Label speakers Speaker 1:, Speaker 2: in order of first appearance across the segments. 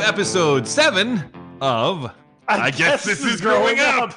Speaker 1: episode seven of I, guess, this is growing up.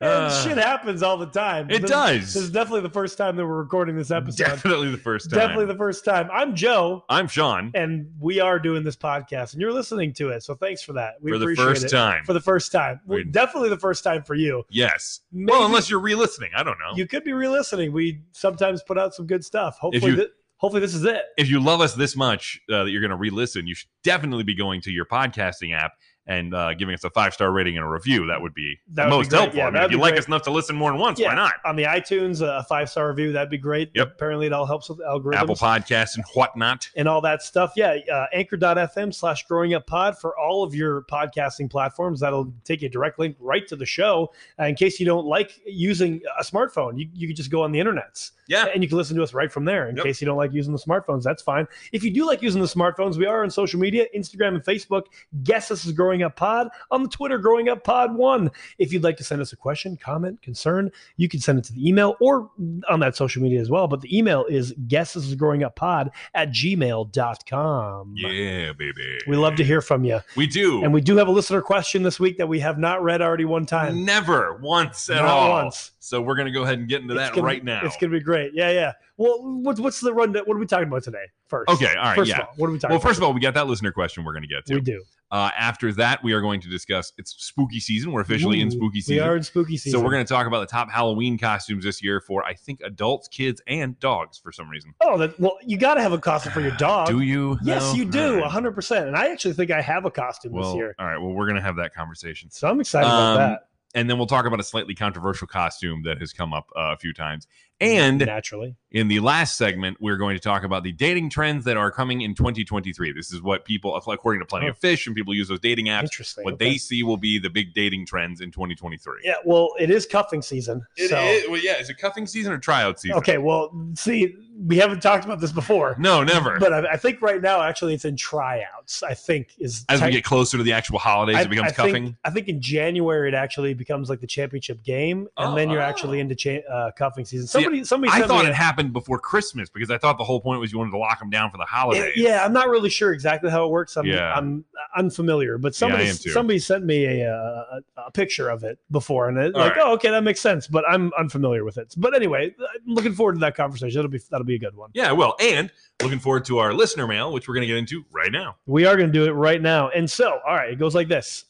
Speaker 2: And
Speaker 1: Uh,
Speaker 2: shit happens all the time.
Speaker 1: It
Speaker 2: This-
Speaker 1: does.
Speaker 2: This is definitely the first time that we're recording this episode.
Speaker 1: Definitely the first time.
Speaker 2: Definitely the first time. I'm Joe,
Speaker 1: I'm Sean
Speaker 2: and we are doing this podcast, and you're listening to it. So thanks for that. We
Speaker 1: for the
Speaker 2: appreciate
Speaker 1: first
Speaker 2: it.
Speaker 1: time.
Speaker 2: For the first time.
Speaker 1: We-
Speaker 2: Definitely the first time for you.
Speaker 1: yes.
Speaker 2: Maybe
Speaker 1: well, unless you're re-listening, I don't know.
Speaker 2: you could be re-listening. We sometimes put out some good stuff. Hopefully,
Speaker 1: you-
Speaker 2: thi- hopefully this is it.
Speaker 1: if you love us this much uh, that you're going to re-listen, you should definitely be going to your podcasting app and uh, giving us a five-star rating and a review. That would be
Speaker 2: That
Speaker 1: the
Speaker 2: would be
Speaker 1: most
Speaker 2: great.
Speaker 1: helpful.
Speaker 2: Yeah,
Speaker 1: I mean,
Speaker 2: that'd
Speaker 1: if you
Speaker 2: be
Speaker 1: like
Speaker 2: great.
Speaker 1: us enough to listen more than once,
Speaker 2: Yeah.
Speaker 1: why not?
Speaker 2: On the iTunes, a five star review that'd be great.
Speaker 1: Yep.
Speaker 2: Apparently, it all helps with algorithms.
Speaker 1: Apple Podcasts and whatnot.
Speaker 2: and all that stuff. Yeah, uh, anchor.fm slash growing up pod for all of your podcasting platforms. That'll take you directly right to the show. Uh, in case you don't like using a smartphone, you, you can just go on the internets
Speaker 1: Yeah.
Speaker 2: and you can listen to us right from there. In
Speaker 1: Yep.
Speaker 2: case you don't like using the smartphones, that's fine. If you do like using the smartphones, we are on social media Instagram and Facebook. Guess this is Growing Up Pod on the Twitter, Growing Up Pod One. If you'd like to send us a question, comment, concern, you can send it to the email or on that social media as well. But the email is guess this is growing up pod at gmail.com.
Speaker 1: Yeah, baby.
Speaker 2: We love to hear from you.
Speaker 1: We do.
Speaker 2: And we do have a listener question this week that we have not read already one time.
Speaker 1: Never once at
Speaker 2: Not
Speaker 1: all.
Speaker 2: once.
Speaker 1: So we're gonna go ahead and get into
Speaker 2: It's
Speaker 1: that
Speaker 2: gonna-
Speaker 1: right now.
Speaker 2: It's going to be great. Yeah, yeah. Well, what, what's the rundown? What are we talking about today first?
Speaker 1: Okay, all right,
Speaker 2: First
Speaker 1: yeah.
Speaker 2: of all, what are we talking
Speaker 1: well,
Speaker 2: about?
Speaker 1: first of all, we got that listener question we're gonna get to.
Speaker 2: we do.
Speaker 1: Uh, after that, we are going to discuss it's spooky season. We're officially in
Speaker 2: Ooh,
Speaker 1: spooky
Speaker 2: We
Speaker 1: season.
Speaker 2: are in spooky season.
Speaker 1: So we're gonna talk about the top Halloween costumes this year for I think adults, kids, and dogs for some reason.
Speaker 2: Oh, that, well, you got to have a costume for your dog.
Speaker 1: do you?
Speaker 2: Yes,
Speaker 1: though?
Speaker 2: you
Speaker 1: All
Speaker 2: do.
Speaker 1: right.
Speaker 2: 100%. And I actually think I have a costume
Speaker 1: Well,
Speaker 2: this year.
Speaker 1: all right. Well, we're gonna have that conversation,
Speaker 2: So I'm excited about
Speaker 1: Um,
Speaker 2: that.
Speaker 1: and then we'll talk about a slightly controversial costume that has come up uh, a few times. And
Speaker 2: naturally.
Speaker 1: in the last segment, we're going to talk about the dating trends that are coming in 2023. This is what people, according to Plenty of Fish, and people use those dating apps.
Speaker 2: Interesting.
Speaker 1: What
Speaker 2: okay.
Speaker 1: they see will be the big dating trends in 2023.
Speaker 2: Yeah, well, it is cuffing season.
Speaker 1: It
Speaker 2: so
Speaker 1: is- well, yeah. Is it cuffing season or tryout season?
Speaker 2: okay, well, see, we haven't talked about this before,
Speaker 1: No, never.
Speaker 2: but I, I think right now, actually, it's in tryouts. I think is
Speaker 1: As we
Speaker 2: tech-
Speaker 1: get closer to the actual holidays,
Speaker 2: I-
Speaker 1: it becomes
Speaker 2: I think-
Speaker 1: cuffing.
Speaker 2: I think in January it actually becomes like the championship game, and
Speaker 1: Oh,
Speaker 2: then you're
Speaker 1: oh.
Speaker 2: actually into cha- uh, cuffing season.
Speaker 1: See,
Speaker 2: Somebody, somebody,
Speaker 1: I
Speaker 2: sent
Speaker 1: thought
Speaker 2: me
Speaker 1: it
Speaker 2: a-
Speaker 1: happened before Christmas because I thought the whole point was you wanted to lock them down for the holidays.
Speaker 2: yeah, I'm not really sure exactly how it works. I'm,
Speaker 1: Yeah.
Speaker 2: I'm unfamiliar, but
Speaker 1: Yeah, I
Speaker 2: somebody
Speaker 1: am too.
Speaker 2: somebody sent me a, uh, a, a picture of it before, and it,
Speaker 1: All
Speaker 2: like,
Speaker 1: right.
Speaker 2: oh, okay, that makes sense. But I'm unfamiliar with it. But anyway, I'm looking forward to that conversation. That'll be that'll be a good one.
Speaker 1: Yeah, well, and looking forward to our listener mail, which we're going to get into right now.
Speaker 2: We are going to do it right now. And so, all right, it goes like this.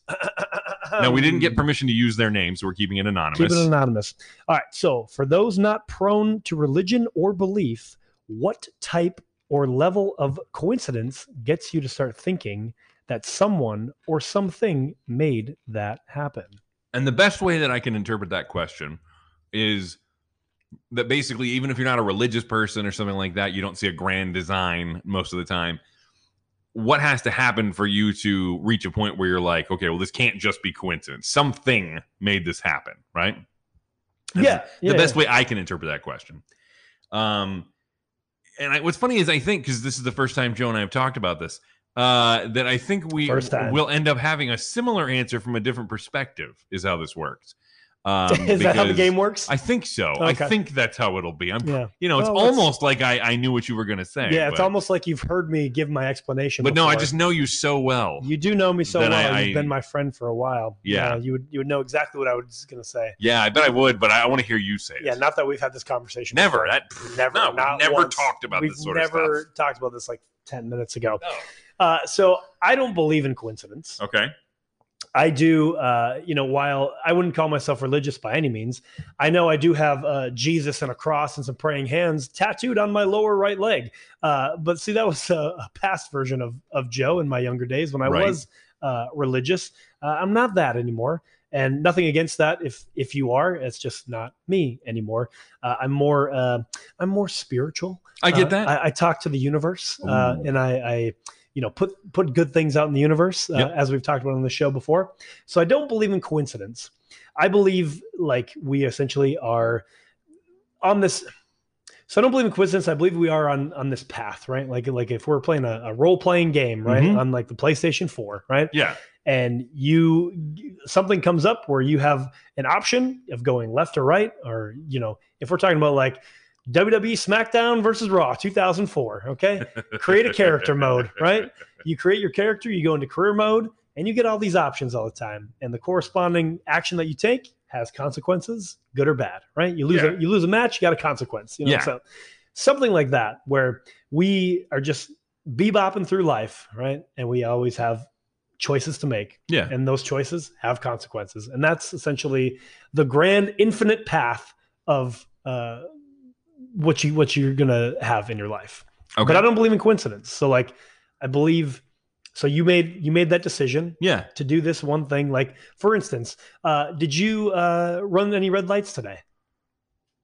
Speaker 1: now, we didn't get permission to use their name, so we're keeping it anonymous.
Speaker 2: Um, Keep it anonymous. All right. So, for those not prone to religion or belief, what type or level of coincidence gets you to start thinking that someone or something made that happen?
Speaker 1: And the best way that I can interpret that question is that basically, even if you're not a religious person or something like that, you don't see a grand design most of the time. What has to happen for you to reach a point where you're like, okay, well, this can't just be coincidence. Something made this happen, right? That's
Speaker 2: yeah.
Speaker 1: the best way I can interpret that question. Um, and I, what's funny is I think because this is the first time Joe and I have talked about this uh, that I think we
Speaker 2: First time.
Speaker 1: will end up having a similar answer from a different perspective. Is how this works. Um,
Speaker 2: Is that how the
Speaker 1: because
Speaker 2: game works?
Speaker 1: I think so. I
Speaker 2: Okay.
Speaker 1: think that's how it'll be. I'm,
Speaker 2: yeah.
Speaker 1: you know, it's
Speaker 2: Well, let's-
Speaker 1: almost like I, I knew what you were going to say.
Speaker 2: Yeah. It's
Speaker 1: but,
Speaker 2: almost like you've heard me give my explanation.
Speaker 1: But no, I
Speaker 2: before.
Speaker 1: just know you so well.
Speaker 2: You do know me so
Speaker 1: that
Speaker 2: well.
Speaker 1: I-
Speaker 2: You've
Speaker 1: I-
Speaker 2: been my friend for a while.
Speaker 1: Yeah.
Speaker 2: you would you would know exactly what I was going to say.
Speaker 1: yeah, I bet I would, but I, want to hear you say it.
Speaker 2: Yeah, not that we've had this conversation.
Speaker 1: never. That
Speaker 2: before. never,
Speaker 1: No, we've
Speaker 2: not
Speaker 1: never
Speaker 2: once.
Speaker 1: talked about
Speaker 2: We've
Speaker 1: this sort of
Speaker 2: never talked about this like ten minutes ago.
Speaker 1: No.
Speaker 2: Uh, so I don't believe in coincidence.
Speaker 1: Okay.
Speaker 2: I do, uh, you know, while I wouldn't call myself religious by any means, I know I do have uh, Jesus and a cross and some praying hands tattooed on my lower right leg. Uh, but see, that was a, a past version of of Joe in my younger days when I
Speaker 1: Right.
Speaker 2: was uh, religious. Uh, I'm not that anymore, and nothing against that. If if you are, it's just not me anymore. Uh, I'm more uh, I'm more spiritual.
Speaker 1: I
Speaker 2: Uh,
Speaker 1: get that.
Speaker 2: I, I talk to the universe, uh,
Speaker 1: Ooh.
Speaker 2: and I, I, you know, put put good things out in the universe, uh,
Speaker 1: Yep.
Speaker 2: as we've talked about on the show before. So I don't believe in coincidence. I believe like we essentially are on this. So I don't believe in coincidence. I believe we are on on this path, right? Like like if we're playing a, a role playing game, right,
Speaker 1: Mhm.
Speaker 2: on like the PlayStation Four, right,
Speaker 1: yeah.
Speaker 2: and you something comes up where you have an option of going left or right, or you know, if we're talking about like WWE SmackDown versus Raw 2004. Okay. Create a character mode, right? You create your character, you go into career mode, and you get all these options all the time. And the corresponding action that you take has consequences, good or bad, right? You lose,
Speaker 1: Yeah.
Speaker 2: a, you lose a match, you got a consequence. You know,
Speaker 1: Yeah.
Speaker 2: so something like that, where we are just bebopping through life, right? And we always have choices to make.
Speaker 1: Yeah.
Speaker 2: And those choices have consequences. And that's essentially the grand infinite path of uh, what you what you're gonna have in your life.
Speaker 1: Okay.
Speaker 2: But I don't believe in coincidence. So like I believe so you made you made that decision
Speaker 1: yeah.
Speaker 2: to do this one thing. Like for instance, uh, did you uh, run any red lights today?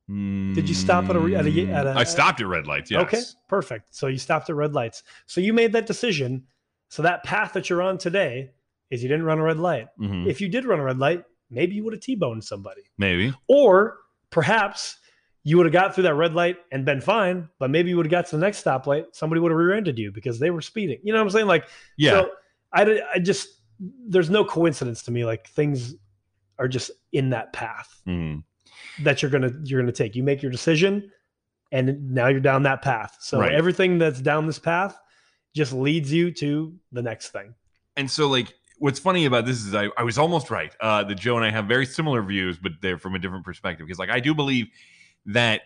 Speaker 1: Did
Speaker 2: you stop at a re- at a- at a-
Speaker 1: I stopped at red lights. Yes.
Speaker 2: Okay, perfect. So you stopped at red lights. So you made that decision. So that path that you're on today is you didn't run a red light.
Speaker 1: Mhm.
Speaker 2: If you did run a red light, maybe you would have T-boned somebody.
Speaker 1: Maybe.
Speaker 2: Or perhaps you would have got through that red light and been fine, but maybe you would have got to the next stoplight. Somebody would have rear-ended you because they were speeding. You know what I'm saying? Like,
Speaker 1: Yeah.
Speaker 2: so I, di- I just, there's no coincidence to me. Like things are just in that path
Speaker 1: Mhm.
Speaker 2: that you're gonna you're gonna take. You make your decision, and now you're down that path. So
Speaker 1: Right.
Speaker 2: everything that's down this path just leads you to the next thing.
Speaker 1: And so, like, what's funny about this is I, I was almost right. Uh, that Joe and I have very similar views, but they're from a different perspective. Because, like, I do believe that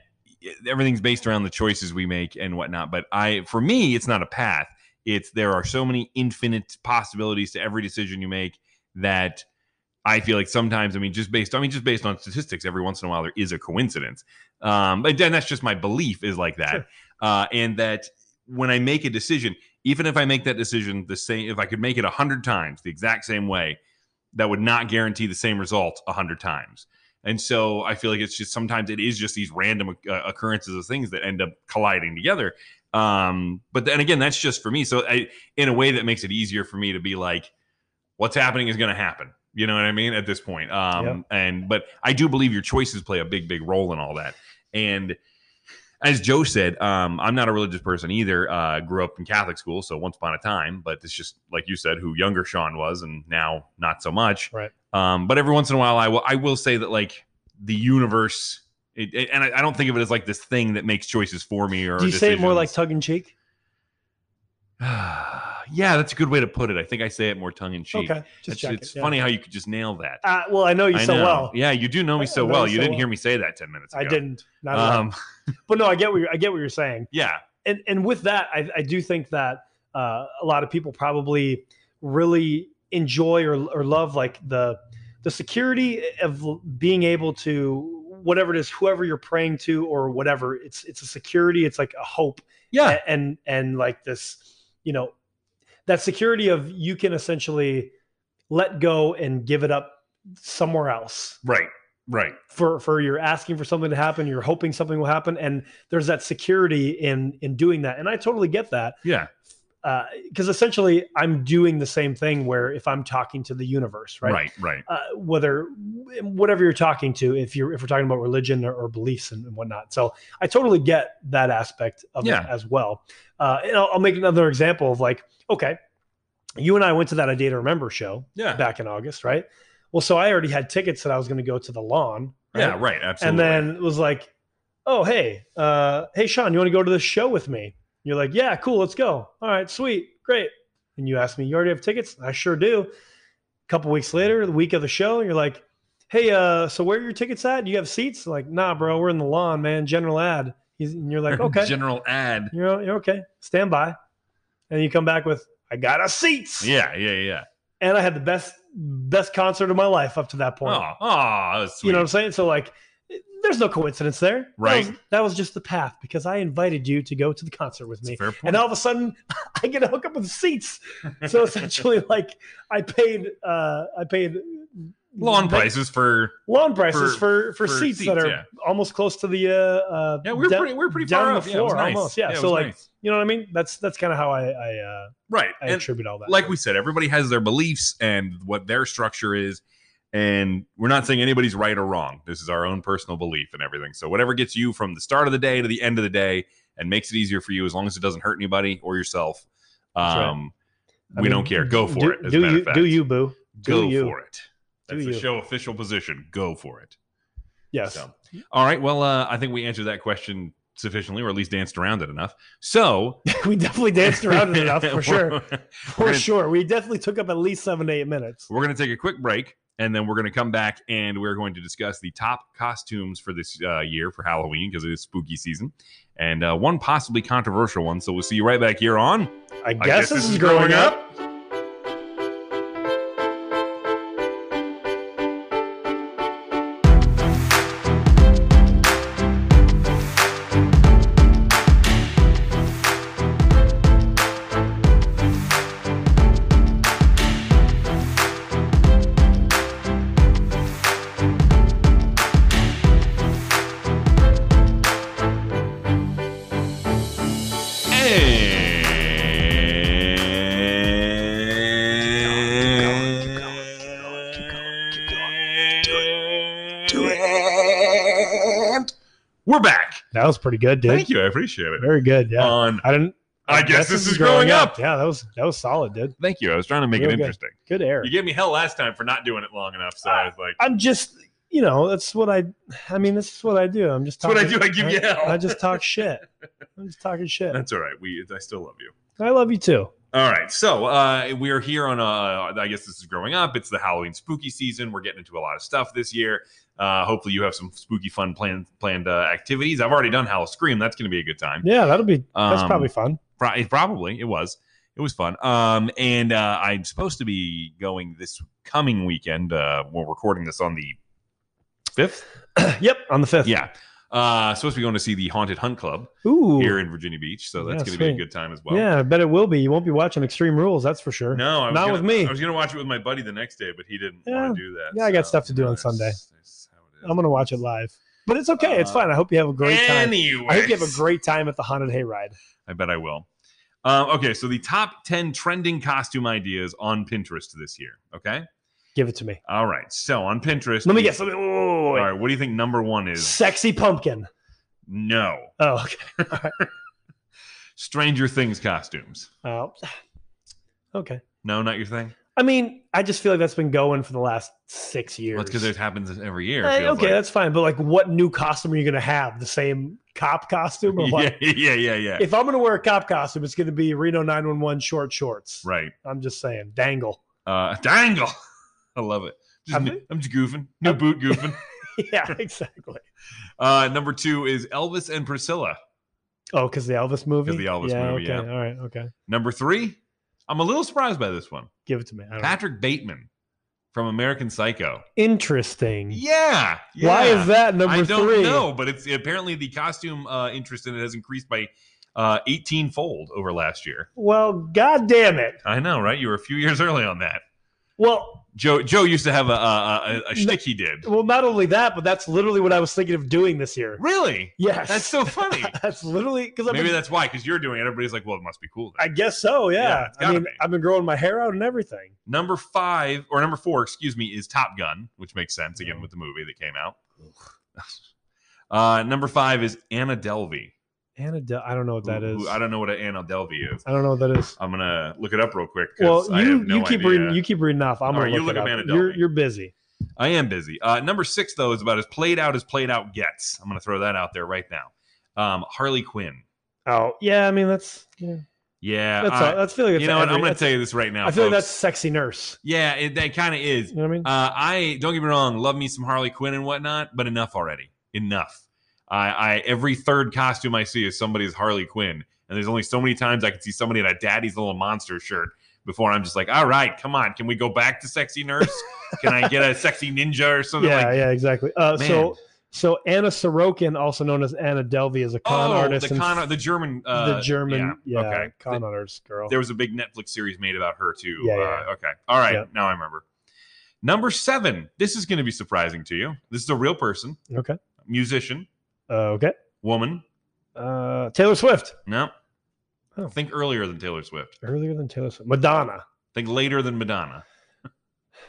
Speaker 1: everything's based around the choices we make and whatnot. But I, for me, it's not a path. It's there are so many infinite possibilities to every decision you make that I feel like sometimes, I mean, just based, I mean, just based on statistics, every once in a while there is a coincidence. Um, but then that's just my belief is like that,
Speaker 2: Sure.
Speaker 1: uh, and that when I make a decision, even if I make that decision the same, if I could make it a hundred times the exact same way, that would not guarantee the same result a hundred times. And so I feel like it's just sometimes it is just these random uh, occurrences of things that end up colliding together. Um, but then again, that's just for me. So I, in a way that makes it easier for me to be like, what's happening is going to happen. You know what I mean? At this point. Um,
Speaker 2: Yeah.
Speaker 1: and, but I do believe your choices play a big, big role in all that. And as Joe said, um, I'm not a religious person either. Uh, grew up in Catholic school. So once upon a time, but it's just like you said, who younger Sean was and now not so much.
Speaker 2: Right.
Speaker 1: Um, but every once in a while, I will, I will say that like the universe, it, it- and I, I don't think of it as like this thing that makes choices for me or
Speaker 2: Do you say it more
Speaker 1: decisions.
Speaker 2: like tug in cheek?
Speaker 1: yeah, that's a good way to put it. I think I say it more tongue in cheek.
Speaker 2: Okay, just
Speaker 1: It's,
Speaker 2: check.
Speaker 1: it's funny how you could just nail that.
Speaker 2: Uh, well, I know you
Speaker 1: I
Speaker 2: so
Speaker 1: know.
Speaker 2: well.
Speaker 1: Yeah, you do know
Speaker 2: I-
Speaker 1: me so
Speaker 2: I know
Speaker 1: well.
Speaker 2: you
Speaker 1: You
Speaker 2: so
Speaker 1: didn't
Speaker 2: well.
Speaker 1: hear me say that 10 minutes ago.
Speaker 2: I didn't. Not at all.
Speaker 1: Um,
Speaker 2: But no, I get what you're, I get what you're saying.
Speaker 1: yeah.
Speaker 2: and and with that, I, I do think that uh, a lot of people probably really enjoy or, or love like the the security of being able to whatever it is, whoever you're praying to or whatever. It's it's a security. It's like a hope
Speaker 1: Yeah.
Speaker 2: a- and and like this, you know, that security of you can essentially let go and give it up somewhere else
Speaker 1: Right. Right.
Speaker 2: for for you're asking for something to happen you're hoping something will happen and there's that security in in doing that and i totally get that
Speaker 1: Yeah.
Speaker 2: because essentially i'm doing the same thing where if i'm talking to the universe right,
Speaker 1: Right. Right.
Speaker 2: Uh, whether whatever you're talking to if you're if we're talking about religion or, or beliefs and, and whatnot so i totally get that aspect of
Speaker 1: Yeah.
Speaker 2: it as well uh, and I'll, I'll make another example of like okay you and i went to that idea to remember show
Speaker 1: Yeah.
Speaker 2: back in august right well so i already had tickets that i was going to go to the lawn right?
Speaker 1: Yeah. Right.
Speaker 2: and
Speaker 1: Absolutely.
Speaker 2: then it was like, "Oh hey, uh, hey Sean, you want to go to this show with me?" You're like, "Yeah, cool, let's go." All right, sweet, great. And you asked me, "You already have tickets?" I sure do. A couple weeks later, the week of the show, you're like, "Hey, uh, so where are your tickets at? Do you have seats?" like, "Nah, bro, we're in the lawn, man. General ad." He's, and you're like, "Okay,
Speaker 1: General ad.
Speaker 2: you're you're okay. Stand by." And you come back with, "I got us seats."
Speaker 1: Yeah. Yeah. Yeah.
Speaker 2: And I had the best best concert of my life up to that point.
Speaker 1: Oh, oh, that was sweet.
Speaker 2: You know what I'm saying? So like, there's no coincidence there. That
Speaker 1: Right.
Speaker 2: was- That was, just the path because I invited you to go to the concert with
Speaker 1: It's a
Speaker 2: me,
Speaker 1: fair point.
Speaker 2: and all of a sudden I get a hookup with seats. So essentially, like I paid, uh, I paid
Speaker 1: Lawn
Speaker 2: like,
Speaker 1: prices for
Speaker 2: lawn prices
Speaker 1: for-
Speaker 2: for for,
Speaker 1: for
Speaker 2: seats,
Speaker 1: seats,
Speaker 2: that are
Speaker 1: yeah.
Speaker 2: almost close to the uh, uh
Speaker 1: yeah, we were
Speaker 2: de-
Speaker 1: pretty we were pretty
Speaker 2: down
Speaker 1: far off. yeah,
Speaker 2: the
Speaker 1: it was
Speaker 2: floor
Speaker 1: nice.
Speaker 2: almost. Yeah,
Speaker 1: it
Speaker 2: so,
Speaker 1: was
Speaker 2: like,
Speaker 1: nice.
Speaker 2: you know what I mean? That's that's kind of how I I, uh,
Speaker 1: right,
Speaker 2: I
Speaker 1: and
Speaker 2: attribute all that.
Speaker 1: like we said, everybody has their beliefs and what their structure is, and we're not saying anybody's right or wrong. This is our own personal belief and everything. So whatever gets you from the start of the day to the end of the day and makes it easier for you, as long as it doesn't hurt anybody or yourself,
Speaker 2: That's right.
Speaker 1: um,
Speaker 2: I
Speaker 1: we
Speaker 2: mean,
Speaker 1: don't care. Go
Speaker 2: do-
Speaker 1: for it. As a
Speaker 2: do
Speaker 1: matter
Speaker 2: you
Speaker 1: of fact.
Speaker 2: do you boo?
Speaker 1: go
Speaker 2: do you.
Speaker 1: for it?
Speaker 2: Do
Speaker 1: That's the
Speaker 2: you.
Speaker 1: show official position. Go for it.
Speaker 2: Yes.
Speaker 1: So, all right. Well, uh, I think we answered that question sufficiently, or at least danced around it enough. So
Speaker 2: we definitely danced around it enough for sure.
Speaker 1: We're,
Speaker 2: For sure. We definitely took up at least seven to eight minutes.
Speaker 1: we're going to take a quick break, and then we're going to come back and we're going to discuss the top costumes for this uh, year for Halloween because it is spooky season, and uh, one possibly controversial one. So we'll see you right back here on.
Speaker 2: I guess, this, is growing up.
Speaker 1: We're back.
Speaker 2: That was pretty good, dude.
Speaker 1: Thank you. I appreciate it.
Speaker 2: Very good. Yeah.
Speaker 1: On
Speaker 2: I didn't.
Speaker 1: Uh, I guess this is growing up.
Speaker 2: Yeah, that was that was solid, dude.
Speaker 1: thank you. I was trying to make
Speaker 2: Real
Speaker 1: it
Speaker 2: good.
Speaker 1: interesting.
Speaker 2: Good air.
Speaker 1: You gave me hell last time for not doing it long enough, so I was like,
Speaker 2: I'm just, you know, that's what I. I mean, this is what I do. I'm just.
Speaker 1: That's what I
Speaker 2: talking-
Speaker 1: do. I give you hell.
Speaker 2: I just talk shit. I'm just talking shit.
Speaker 1: "That's all right. We, I still love you."
Speaker 2: I love you too.
Speaker 1: All right, so uh, we are here on. Uh, I guess this is growing up. It's the Halloween spooky season. We're getting into a lot of stuff this year. Uh, hopefully, you have some spooky, fun planned planned uh, activities. I've already done Howl Scream. That's going to be a good time.
Speaker 2: Yeah, that'll be. That's
Speaker 1: Um,
Speaker 2: probably fun.
Speaker 1: Pro- it probably it was. It was fun. Um, and uh, I'm supposed to be going this coming weekend. Uh, we're recording this on the fifth.
Speaker 2: yep, on the fifth.
Speaker 1: Yeah. Uh, supposed to be going to see the Haunted Hunt Club
Speaker 2: Ooh.
Speaker 1: here in Virginia Beach, so that's going
Speaker 2: Yeah,
Speaker 1: to be a
Speaker 2: sweet.
Speaker 1: good time as well.
Speaker 2: Yeah, I bet it will be. You won't be watching Extreme Rules, that's for sure.
Speaker 1: No, I was
Speaker 2: Not
Speaker 1: gonna,
Speaker 2: with me.
Speaker 1: I was going to watch it with my buddy the next day, but he didn't
Speaker 2: Yeah.
Speaker 1: want to do that.
Speaker 2: Yeah, I got stuff to do on
Speaker 1: that's-
Speaker 2: Sunday.
Speaker 1: that's how it is.
Speaker 2: I'm gonna watch it live, but it's okay. it's
Speaker 1: Uh,
Speaker 2: fine. I hope you have a great time.
Speaker 1: Anyway,
Speaker 2: I hope you have a great time at the haunted hayride.
Speaker 1: I bet I will. Um, okay, so the top ten trending costume ideas on Pinterest this year. Okay,
Speaker 2: Give it to me.
Speaker 1: all right. So on Pinterest,
Speaker 2: Let me
Speaker 1: we-
Speaker 2: guess. Let me, whoa, whoa, whoa,
Speaker 1: All
Speaker 2: wait.
Speaker 1: right, what do you think number one is?
Speaker 2: Sexy pumpkin.
Speaker 1: No,
Speaker 2: Oh, okay.
Speaker 1: Stranger Things costumes.
Speaker 2: Oh. okay.
Speaker 1: No, not your thing.
Speaker 2: I mean, I just feel like that's been going for the last six years.
Speaker 1: Well, it's because it happens every year. it
Speaker 2: Eh,
Speaker 1: feels
Speaker 2: okay,
Speaker 1: like.
Speaker 2: that's fine. But like, what new costume are you gonna have? The same cop costume? Or what?
Speaker 1: yeah, yeah, yeah, yeah.
Speaker 2: If I'm gonna wear a cop costume, it's gonna be Reno 911 short shorts.
Speaker 1: right.
Speaker 2: I'm just saying, dangle.
Speaker 1: Uh, dangle. I love it. Just,
Speaker 2: I'm-
Speaker 1: I'm just goofing. No boot goofing.
Speaker 2: yeah, exactly.
Speaker 1: Uh, number two is Elvis and Priscilla.
Speaker 2: Oh, because the Elvis movie.
Speaker 1: the Elvis
Speaker 2: yeah,
Speaker 1: movie,
Speaker 2: Okay. All right. Okay.
Speaker 1: Number three, I'm a little surprised by this one.
Speaker 2: Give it to me. I don't know.
Speaker 1: Patrick Bateman from American Psycho.
Speaker 2: Interesting.
Speaker 1: Yeah.
Speaker 2: Mm. Why
Speaker 1: yeah.
Speaker 2: is that number
Speaker 1: I don't
Speaker 2: three?
Speaker 1: know, but it's apparently the costume uh, interest in it has increased by uh, 18 fold over last year.
Speaker 2: Well, god damn it.
Speaker 1: I know, right? You were a few years early on that.
Speaker 2: Well,
Speaker 1: Joe Joe used to have a a, a, a shtick he did.
Speaker 2: well, not only that, but that's literally what I was thinking of doing this year.
Speaker 1: Really?
Speaker 2: Yes.
Speaker 1: That's so funny.
Speaker 2: That's literally because I've
Speaker 1: Maybe
Speaker 2: been,
Speaker 1: that's why, because you're doing it. Everybody's like, well, it must be cool. then.
Speaker 2: I guess so.
Speaker 1: Yeah,
Speaker 2: Yeah.
Speaker 1: it's
Speaker 2: I
Speaker 1: gotta
Speaker 2: mean,
Speaker 1: be.
Speaker 2: I've been growing my hair out and everything.
Speaker 1: Number five or number four, excuse me, is Top Gun, which makes sense again with the movie that came out. Uh, number five is Anna Delvey.
Speaker 2: Anna, Del- I don't know what that
Speaker 1: who-
Speaker 2: is.
Speaker 1: who- I don't know what an Anna Delvey is.
Speaker 2: I don't know what that is.
Speaker 1: I'm gonna look it up real quick. 'cause
Speaker 2: Well,
Speaker 1: I
Speaker 2: you
Speaker 1: have no
Speaker 2: you keep
Speaker 1: idea.
Speaker 2: reading you keep reading off. I'm
Speaker 1: All
Speaker 2: gonna
Speaker 1: right, you
Speaker 2: look,
Speaker 1: look
Speaker 2: it
Speaker 1: up
Speaker 2: up.
Speaker 1: Anna
Speaker 2: You're
Speaker 1: Delvey.
Speaker 2: you're busy.
Speaker 1: I am busy. Uh, number six though is about as played out as played out gets. I'm gonna throw that out there right now. Um, Harley Quinn.
Speaker 2: Oh yeah, I mean that's yeah.
Speaker 1: Yeah,
Speaker 2: that's
Speaker 1: uh,
Speaker 2: all, that's feeling. Like
Speaker 1: you
Speaker 2: it's
Speaker 1: know what?
Speaker 2: every-
Speaker 1: I'm gonna
Speaker 2: that's-
Speaker 1: tell you this right now.
Speaker 2: I feel like
Speaker 1: folks.
Speaker 2: that's sexy nurse.
Speaker 1: yeah, it, that kind of is.
Speaker 2: You know what I mean?
Speaker 1: Uh, I don't get me wrong, love me some Harley Quinn and whatnot, but enough already. Enough. I, I every third costume I see is somebody's Harley Quinn, and there's only so many times I can see somebody in a daddy's little monster shirt before I'm just like, all right, come on, can we go back to sexy nurse? can I get a sexy ninja or something?
Speaker 2: yeah,
Speaker 1: like
Speaker 2: yeah, exactly. Uh,
Speaker 1: Man.
Speaker 2: so so Anna Sorokin, also known as Anna Delvey, is a con
Speaker 1: oh,
Speaker 2: artist
Speaker 1: the
Speaker 2: and
Speaker 1: con, the German, uh,
Speaker 2: the German yeah,
Speaker 1: okay.
Speaker 2: con artist girl.
Speaker 1: There was a big Netflix series made about her too.
Speaker 2: Yeah,
Speaker 1: uh,
Speaker 2: yeah.
Speaker 1: Okay. All right.
Speaker 2: Yeah.
Speaker 1: Now I remember. Number seven. This is going to be surprising to you. This is a real person,
Speaker 2: Okay.
Speaker 1: musician,
Speaker 2: Uh, okay.
Speaker 1: woman.
Speaker 2: Uh, Taylor Swift.
Speaker 1: No.
Speaker 2: Oh.
Speaker 1: Think earlier than Taylor Swift.
Speaker 2: Earlier than Taylor Swift. Madonna.
Speaker 1: Think later than Madonna.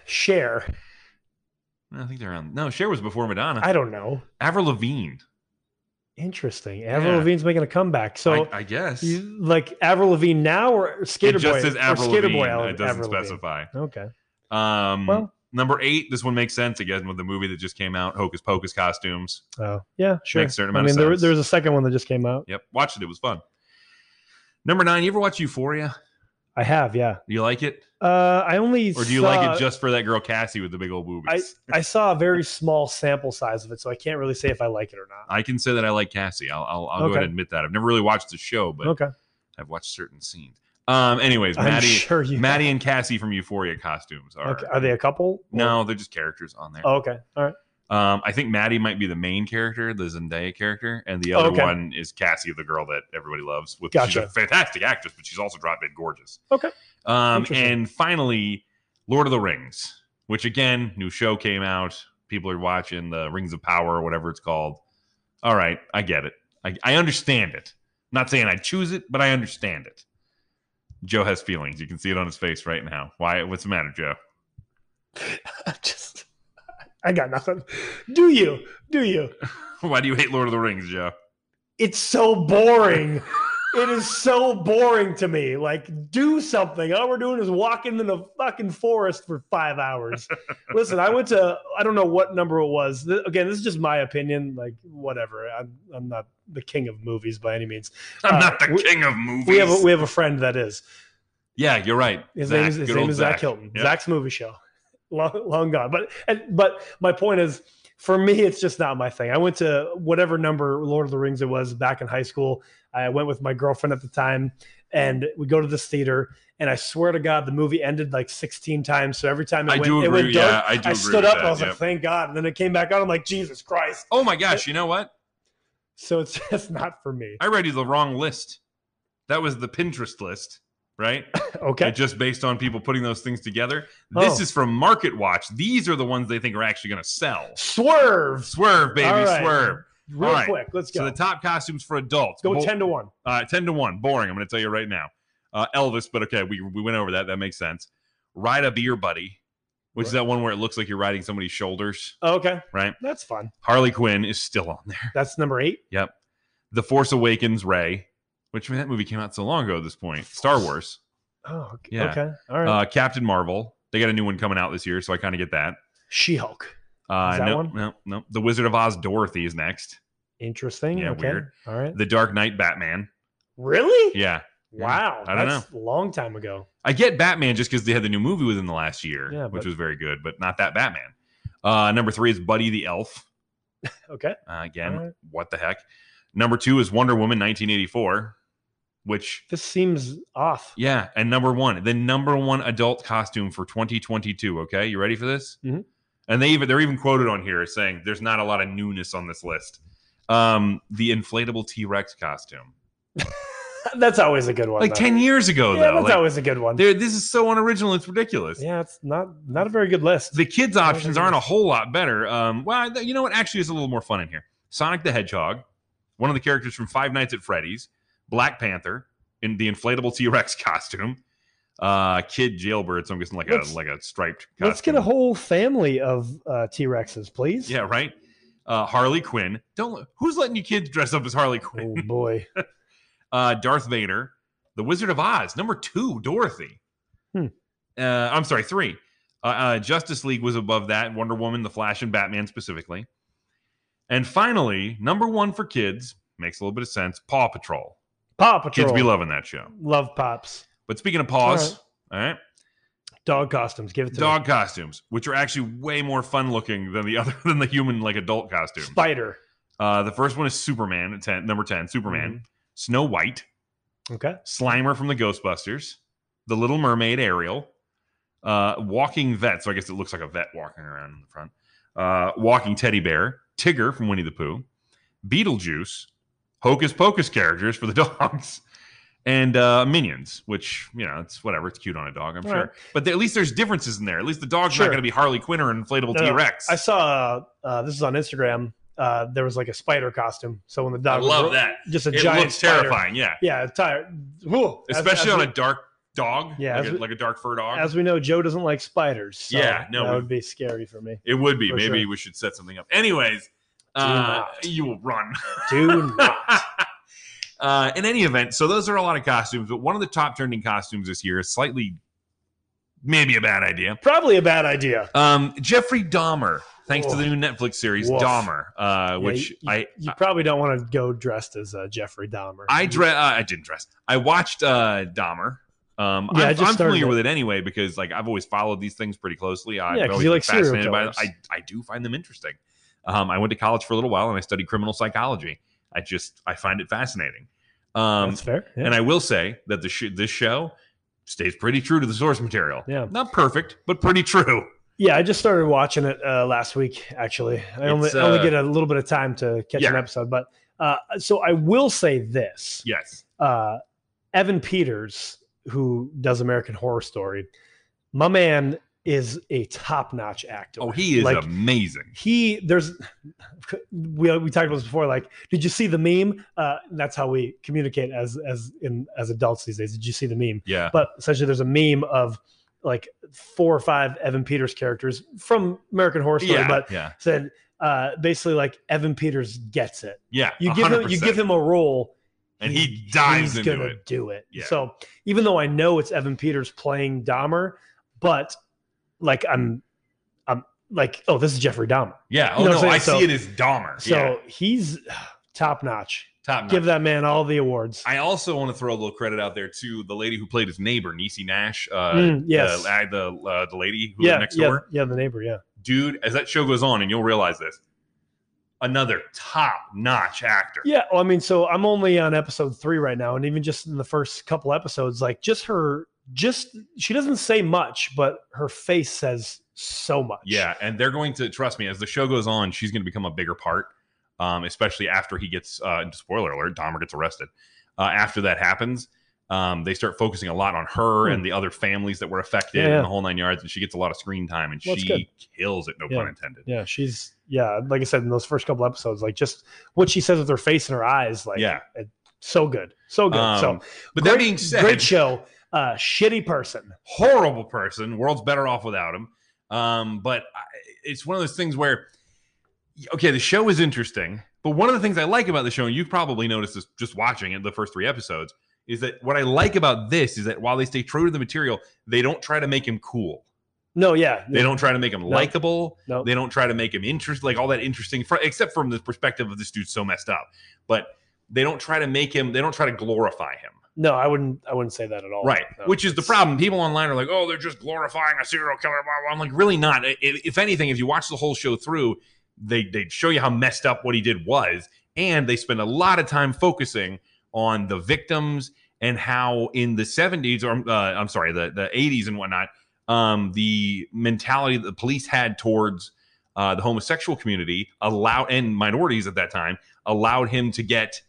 Speaker 2: Cher.
Speaker 1: No, I think they're on. No, Cher was before Madonna.
Speaker 2: I don't know.
Speaker 1: Avril Lavigne.
Speaker 2: Interesting. Avril
Speaker 1: Yeah.
Speaker 2: Lavigne's making a comeback. So,
Speaker 1: I, I guess.
Speaker 2: you- like Avril Lavigne now or Skater
Speaker 1: it just
Speaker 2: Boy?
Speaker 1: says
Speaker 2: Or
Speaker 1: Avril
Speaker 2: Skater
Speaker 1: Lavigne.
Speaker 2: Boy Al-
Speaker 1: it doesn't
Speaker 2: Avril Lavigne.
Speaker 1: specify.
Speaker 2: Okay.
Speaker 1: Um,
Speaker 2: Well,
Speaker 1: Number eight, this one makes sense again with the movie that just came out, Hocus Pocus costumes.
Speaker 2: Oh, yeah, sure.
Speaker 1: Makes a certain
Speaker 2: I
Speaker 1: amount
Speaker 2: mean,
Speaker 1: of
Speaker 2: there,
Speaker 1: sense.
Speaker 2: there was a second one that just came out.
Speaker 1: Yep, watched it. It was fun. Number nine, you ever watch Euphoria?
Speaker 2: I have, yeah.
Speaker 1: Do you like it,
Speaker 2: Uh, I only
Speaker 1: or do you
Speaker 2: saw,
Speaker 1: like it just for that girl Cassie with the big old boobies?
Speaker 2: uh, I saw a very small sample size of it, so I can't really say if I like it or not.
Speaker 1: I, can say that I like Cassie. I'll I'll, I'll go ahead
Speaker 2: Okay.
Speaker 1: and admit that. I've never really watched the show, but
Speaker 2: okay,
Speaker 1: I've watched certain scenes. Um. Anyways,
Speaker 2: I'm
Speaker 1: Maddie,
Speaker 2: sure you.
Speaker 1: Maddie and Cassie from Euphoria costumes are.
Speaker 2: okay. are they a couple?
Speaker 1: No, they're just characters on there.
Speaker 2: Oh, okay, all right.
Speaker 1: Um, I think Maddie might be the main character, the Zendaya character, and the other
Speaker 2: Oh, Okay.
Speaker 1: one is Cassie, the girl that everybody loves. With she's
Speaker 2: Gotcha.
Speaker 1: a fantastic actress, but she's also drop dead gorgeous.
Speaker 2: Okay.
Speaker 1: Um,
Speaker 2: Interesting.
Speaker 1: and finally, Lord of the Rings, which again, new show came out. People are watching the Rings of Power or whatever it's called. All right, I get it. I, I understand it. not saying I choose it, but I understand it. Joe has feelings. You can see it on his face right now. Why? What's the matter, Joe?
Speaker 2: just, I got nothing. Do you? Do you?
Speaker 1: Why do you hate Lord of the Rings, Joe?
Speaker 2: It's so boring. it is so boring to me. Like, do something. All we're doing is walking in the fucking forest for five hours. Listen, I went to I don't know what number it was. Th- Again, this is just my opinion. Like, whatever. I'm I'm not the king of movies by any means.
Speaker 1: I'm
Speaker 2: Uh,
Speaker 1: not the
Speaker 2: we-
Speaker 1: king of movies.
Speaker 2: We have a, we have a friend that is.
Speaker 1: Yeah, you're right.
Speaker 2: His
Speaker 1: Zach,
Speaker 2: name is his
Speaker 1: good
Speaker 2: name
Speaker 1: old
Speaker 2: is Zach Hilton.
Speaker 1: Yeah.
Speaker 2: Zach's movie show, long, long gone. But and, but my point is, for me, it's just not my thing. I went to whatever number Lord of the Rings it was back in high school. I went with my girlfriend at the time, and we go to this theater. And I swear to God, the movie ended like 16 times. So every time it
Speaker 1: I
Speaker 2: went,
Speaker 1: do
Speaker 2: it
Speaker 1: agree.
Speaker 2: went
Speaker 1: Yeah,
Speaker 2: dark.
Speaker 1: I do
Speaker 2: I
Speaker 1: agree
Speaker 2: stood
Speaker 1: with
Speaker 2: up.
Speaker 1: that.
Speaker 2: and I was
Speaker 1: yep.
Speaker 2: like, "Thank God!" And then it came back on. I'm like, "Jesus Christ!"
Speaker 1: oh my gosh, you know what?
Speaker 2: So it's just not for me.
Speaker 1: I read you the wrong list. That was the Pinterest list, right?
Speaker 2: Okay.
Speaker 1: And Just based on people putting those things together. This
Speaker 2: Oh.
Speaker 1: is from Market Watch. These are the ones they think are actually going to sell.
Speaker 2: Swerve
Speaker 1: Swerve, baby,
Speaker 2: All right.
Speaker 1: swerve.
Speaker 2: real
Speaker 1: All right.
Speaker 2: quick. Let's
Speaker 1: So
Speaker 2: go.
Speaker 1: the top costumes for adults.
Speaker 2: go
Speaker 1: Bo-
Speaker 2: 10 to one.
Speaker 1: Uh, 10 to 1. Boring. I'm going to tell you right now. Uh, Elvis, but okay, we, we went over that. That makes sense. Ride a beer buddy, which is
Speaker 2: Right.
Speaker 1: that one where it looks like you're riding somebody's shoulders.
Speaker 2: Oh, Okay.
Speaker 1: Right.
Speaker 2: That's fun.
Speaker 1: Harley Quinn is still on there.
Speaker 2: That's number eight.
Speaker 1: Yep. The Force Awakens Ray, which I mean, that movie came out so long ago at this point. Star Wars.
Speaker 2: Oh, okay.
Speaker 1: Yeah.
Speaker 2: okay. All right.
Speaker 1: Uh, Captain Marvel. They got a new one coming out this year, so I kind of get that.
Speaker 2: she Hulk.
Speaker 1: Uh,
Speaker 2: Is that
Speaker 1: no,
Speaker 2: one?
Speaker 1: no, no. The Wizard of Oz Dorothy is next.
Speaker 2: Interesting.
Speaker 1: Yeah,
Speaker 2: okay.
Speaker 1: weird.
Speaker 2: All right.
Speaker 1: The Dark Knight Batman.
Speaker 2: Really?
Speaker 1: Yeah.
Speaker 2: Wow.
Speaker 1: I don't
Speaker 2: that's a long time ago.
Speaker 1: I get Batman just because they had the new movie within the last year,
Speaker 2: Yeah,
Speaker 1: which
Speaker 2: but-
Speaker 1: was very good, but not that Batman. Uh, number three is Buddy the Elf.
Speaker 2: Okay.
Speaker 1: Uh, again,
Speaker 2: All right.
Speaker 1: what the heck? Number two is Wonder Woman 1984, which
Speaker 2: This seems off.
Speaker 1: Yeah, and number one, the number one adult costume for 2022. Okay, you ready for this?
Speaker 2: Mhm.
Speaker 1: And they even they're even quoted on here as saying there's not a lot of newness on this list. Um, the inflatable T Rex costume,
Speaker 2: that's always a good one.
Speaker 1: like
Speaker 2: though.
Speaker 1: ten years ago
Speaker 2: yeah,
Speaker 1: though.
Speaker 2: that's
Speaker 1: Like,
Speaker 2: always a good one.
Speaker 1: they're- this is so unoriginal. It's ridiculous.
Speaker 2: Yeah, it's not not a very good list.
Speaker 1: The kids
Speaker 2: don't
Speaker 1: options
Speaker 2: think
Speaker 1: aren't a
Speaker 2: it's-
Speaker 1: whole lot better. Um, well, I- you know what? Actually, it's a little more fun in here. Sonic the Hedgehog, one of the characters from Five Nights at Freddy's, Black Panther in the inflatable T Rex costume, uh, Kid Jailbird. So I'm guessing like
Speaker 2: Let's-
Speaker 1: a like a striped. Costume.
Speaker 2: Let's get a whole family of uh, T Rexes, please.
Speaker 1: Yeah, right. Uh, Harley Quinn. Don't who's letting you kids dress up as Harley Quinn?
Speaker 2: Oh boy.
Speaker 1: Uh, Darth Vader, The Wizard of Oz, number two, Dorothy.
Speaker 2: Hmm.
Speaker 1: Uh, I'm sorry, three. Uh, uh, Justice League was above that. Wonder Woman, The Flash, and Batman specifically. And finally, number one for kids makes a little bit of sense. Paw Patrol.
Speaker 2: Paw Patrol.
Speaker 1: Kids be loving that show.
Speaker 2: Love pops.
Speaker 1: But speaking of paws, all right,
Speaker 2: Dog costumes. Give it to
Speaker 1: dog costumes, which are actually way more fun looking than the other than the human like adult
Speaker 2: me.
Speaker 1: costume.
Speaker 2: Spider.
Speaker 1: Uh, the first one is Superman at ten, number ten. Superman, Snow White,
Speaker 2: Okay.
Speaker 1: Slimer from the Ghostbusters, The Little Mermaid, Ariel, uh, Walking Vet. So I guess it looks like a vet walking around in the front. Uh, walking Teddy Bear, Tigger from Winnie the Pooh, Beetlejuice, Hocus Pocus characters for the dogs, and uh, Minions, which, you know, it's whatever. It's cute on a dog, I'm
Speaker 2: All
Speaker 1: sure.
Speaker 2: right.
Speaker 1: But at least there's differences in there. At least the dog's
Speaker 2: Sure.
Speaker 1: not going to be Harley Quinn or inflatable
Speaker 2: No, no.
Speaker 1: T Rex.
Speaker 2: I saw uh, this is on Instagram. Uh, there was like a spider costume. So when the dog was
Speaker 1: love
Speaker 2: ro-
Speaker 1: that.
Speaker 2: just a
Speaker 1: It
Speaker 2: giant
Speaker 1: looks
Speaker 2: spider.
Speaker 1: terrifying. Yeah.
Speaker 2: Yeah, tired. Whew. As-
Speaker 1: especially
Speaker 2: as
Speaker 1: on
Speaker 2: we-
Speaker 1: a dark dog,
Speaker 2: Yeah,
Speaker 1: like,
Speaker 2: as
Speaker 1: a,
Speaker 2: we-
Speaker 1: like a dark fur dog.
Speaker 2: As we know, Joe doesn't like spiders. So
Speaker 1: Yeah, no,
Speaker 2: that
Speaker 1: we-
Speaker 2: would be scary for me.
Speaker 1: it would be.
Speaker 2: for
Speaker 1: Maybe
Speaker 2: sure.
Speaker 1: we should set something up. Anyways, uh,
Speaker 2: not.
Speaker 1: you will run.
Speaker 2: Do not.
Speaker 1: uh, in any event, so those are a lot of costumes, but one of the top trending costumes this year is slightly maybe a bad idea.
Speaker 2: Probably a bad idea.
Speaker 1: Um, Jeffrey Dahmer, thanks to
Speaker 2: Woof.
Speaker 1: the new Netflix series
Speaker 2: Woof.
Speaker 1: Dahmer, uh, which
Speaker 2: Yeah, you,
Speaker 1: I
Speaker 2: you probably don't want to go dressed as uh, Jeffrey Dahmer.
Speaker 1: I dre- uh, I didn't dress. I watched uh, Dahmer. Um,
Speaker 2: Yeah, I
Speaker 1: I'm,
Speaker 2: just
Speaker 1: I'm familiar
Speaker 2: started
Speaker 1: with it anyway because like I've always followed these things pretty closely. I've
Speaker 2: Yeah, 'cause
Speaker 1: always
Speaker 2: you
Speaker 1: been
Speaker 2: like serial
Speaker 1: fascinated by them.
Speaker 2: killers.
Speaker 1: I I do find them interesting. Um, I went to college for a little while and I studied criminal psychology. I just I find it fascinating. Um,
Speaker 2: That's fair. Yeah.
Speaker 1: and I will say that the sh- this show stays pretty true to the source material.
Speaker 2: Yeah.
Speaker 1: not perfect, but pretty true.
Speaker 2: Yeah, I just started watching it uh, last week. Actually, I only,
Speaker 1: It's,
Speaker 2: I only
Speaker 1: uh,
Speaker 2: get a little bit of time to catch an
Speaker 1: Yeah.
Speaker 2: episode, but uh, so I will say this:
Speaker 1: Yes.
Speaker 2: uh, Evan Peters, who does American Horror Story, my man is a top-notch actor.
Speaker 1: Oh, he is
Speaker 2: Like,
Speaker 1: amazing.
Speaker 2: he there's we, we talked about this before like did you see the meme uh that's how we communicate as as in as adults these days did you see the meme
Speaker 1: Yeah.
Speaker 2: but essentially there's a meme of like four or five evan peters characters from american horror story
Speaker 1: yeah.
Speaker 2: but
Speaker 1: yeah.
Speaker 2: said uh basically like evan peters gets it
Speaker 1: Yeah.
Speaker 2: you give him you
Speaker 1: 100%.
Speaker 2: give him a role
Speaker 1: and he dives
Speaker 2: he's
Speaker 1: into
Speaker 2: gonna
Speaker 1: it.
Speaker 2: do it.
Speaker 1: Yeah.
Speaker 2: So even though I know it's Evan Peters playing Dahmer, but like I'm, I'm like, oh, this is Jeffrey Dahmer.
Speaker 1: Yeah.
Speaker 2: You
Speaker 1: Oh
Speaker 2: know
Speaker 1: no,
Speaker 2: what I'm
Speaker 1: I
Speaker 2: saying?
Speaker 1: see it as Dahmer.
Speaker 2: So
Speaker 1: yeah,
Speaker 2: he's top notch.
Speaker 1: top notch.
Speaker 2: Give that man all the awards.
Speaker 1: I also want to throw a little credit out there to the lady who played his neighbor, Niecy Nash. Uh,
Speaker 2: Mm, yes.
Speaker 1: The uh, the, uh, the lady who
Speaker 2: yeah,
Speaker 1: lived next
Speaker 2: yeah,
Speaker 1: door.
Speaker 2: yeah, the neighbor. Yeah,
Speaker 1: Dude, as that show goes on, and you'll realize this, another top notch actor.
Speaker 2: yeah. Well, I mean, so I'm only on episode three right now, and even just in the first couple episodes, like just her, just she doesn't say much, but her face says so much.
Speaker 1: Yeah, and they're going to trust me as the show goes on. She's going to become a bigger part, um, especially after he gets. Uh, spoiler alert: Dahmer gets arrested. Uh, after that happens, um, they start focusing a lot on her
Speaker 2: Hmm.
Speaker 1: and the other families that were affected
Speaker 2: Yeah, yeah.
Speaker 1: and the whole nine yards. And she gets a lot of screen time, and
Speaker 2: Well, that's good.
Speaker 1: she kills it. No
Speaker 2: Yeah.
Speaker 1: pun intended.
Speaker 2: Yeah, she's yeah, like I said in those first couple episodes, like just what she says with her face and her eyes, like
Speaker 1: yeah,
Speaker 2: so good, so good. so,
Speaker 1: Um, but
Speaker 2: great-
Speaker 1: that being said,
Speaker 2: great show. Uh, shitty person.
Speaker 1: horrible person. World's better off without him. Um, but I, it's one of those things where, okay, the show is interesting, but one of the things I like about the show, and you've probably noticed this just watching it, the first three episodes, is that what I like about this is that while they stay true to the material, they don't try to make him cool.
Speaker 2: No, yeah,
Speaker 1: They don't try to make him likable.
Speaker 2: no,
Speaker 1: They don't try to make him interest like all that interesting, fr- except from the perspective of this dude's so messed up. But they don't try to make him. They don't try to glorify him.
Speaker 2: no, I wouldn't, I wouldn't say that at all.
Speaker 1: Right.
Speaker 2: No.
Speaker 1: Which is the problem. People online are like, oh, they're just glorifying a serial killer. Blah, blah. I'm like, really not. I- i- If anything, if you watch the whole show through, they, they show you how messed up what he did was. And they spend a lot of time focusing on the victims and how in the 70s, or uh, I'm sorry, the, the 80s and whatnot, um, the mentality that the police had towards uh, the homosexual community allow and minorities at that time allowed him to get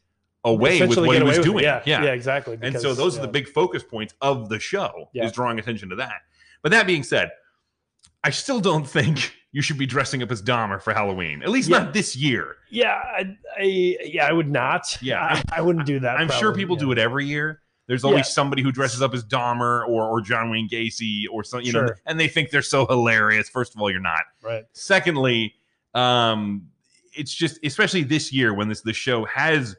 Speaker 1: away with
Speaker 2: Essentially
Speaker 1: what
Speaker 2: get
Speaker 1: he was
Speaker 2: away with it.
Speaker 1: doing.
Speaker 2: Yeah, yeah, exactly.
Speaker 1: and so
Speaker 2: because,
Speaker 1: those are
Speaker 2: yeah.
Speaker 1: the big focus points of the show
Speaker 2: Yeah.
Speaker 1: is drawing attention to that. But that being said, I still don't think you should be dressing up as Dahmer for Halloween. At least
Speaker 2: Yeah.
Speaker 1: not this year.
Speaker 2: Yeah, I, I, yeah, I would not.
Speaker 1: Yeah,
Speaker 2: I,
Speaker 1: I'm-
Speaker 2: I wouldn't do that.
Speaker 1: I'm sure
Speaker 2: probably,
Speaker 1: people
Speaker 2: yeah.
Speaker 1: do it every year. There's always somebody who dresses up as Dahmer or or John Wayne Gacy or something, you know,
Speaker 2: Sure.
Speaker 1: and they think they're so hilarious. First of all, you're not.
Speaker 2: Right.
Speaker 1: Secondly, um, it's just especially this year when this this show has.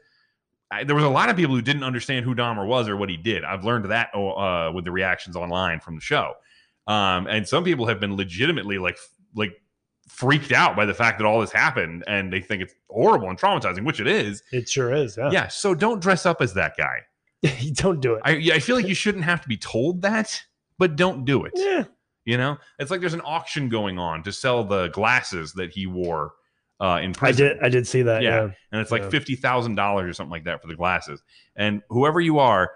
Speaker 1: I, there was a lot of people who didn't understand who Dahmer was or what he did. I've learned that oh, uh, with the reactions online from the show, um, and some people have been legitimately like f- like freaked out by the fact that all this happened, and they think it's horrible and traumatizing, which it is.
Speaker 2: It sure is. Yeah.
Speaker 1: Yeah. So don't dress up as that guy.
Speaker 2: you don't do it.
Speaker 1: I yeah, I feel like you shouldn't have to be told that, but don't do it.
Speaker 2: yeah.
Speaker 1: You know, it's like there's an auction going on to sell the glasses that he wore uh, in
Speaker 2: I
Speaker 1: prison,
Speaker 2: did. I did see that.
Speaker 1: Yeah.
Speaker 2: Yeah.
Speaker 1: and it's like
Speaker 2: yeah.
Speaker 1: fifty thousand dollars or something like that for the glasses. And whoever you are,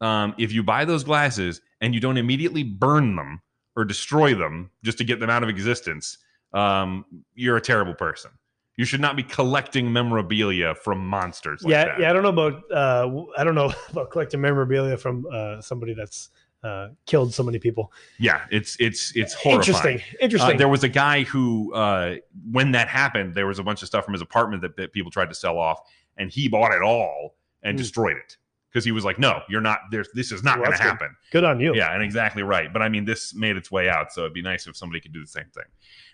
Speaker 1: um, if you buy those glasses and you don't immediately burn them or destroy them just to get them out of existence, um, you're a terrible person. You should not be collecting memorabilia from monsters. Like
Speaker 2: yeah,
Speaker 1: that.
Speaker 2: yeah. I don't know about uh, w- I don't know about collecting memorabilia from uh, somebody that's uh, killed so many people.
Speaker 1: yeah. It's it's it's horrifying.
Speaker 2: Interesting, interesting.
Speaker 1: Uh, there was a guy who, uh, when that happened, there was a bunch of stuff from his apartment that, that people tried to sell off, and he bought it all and
Speaker 2: Mm.
Speaker 1: destroyed it because he was like, "No, you're not. There's this is not
Speaker 2: Well,
Speaker 1: going
Speaker 2: that's
Speaker 1: to
Speaker 2: good.
Speaker 1: happen."
Speaker 2: Good on you.
Speaker 1: Yeah, and exactly right. But I mean, this made its way out, so it'd be nice if somebody could do the same thing.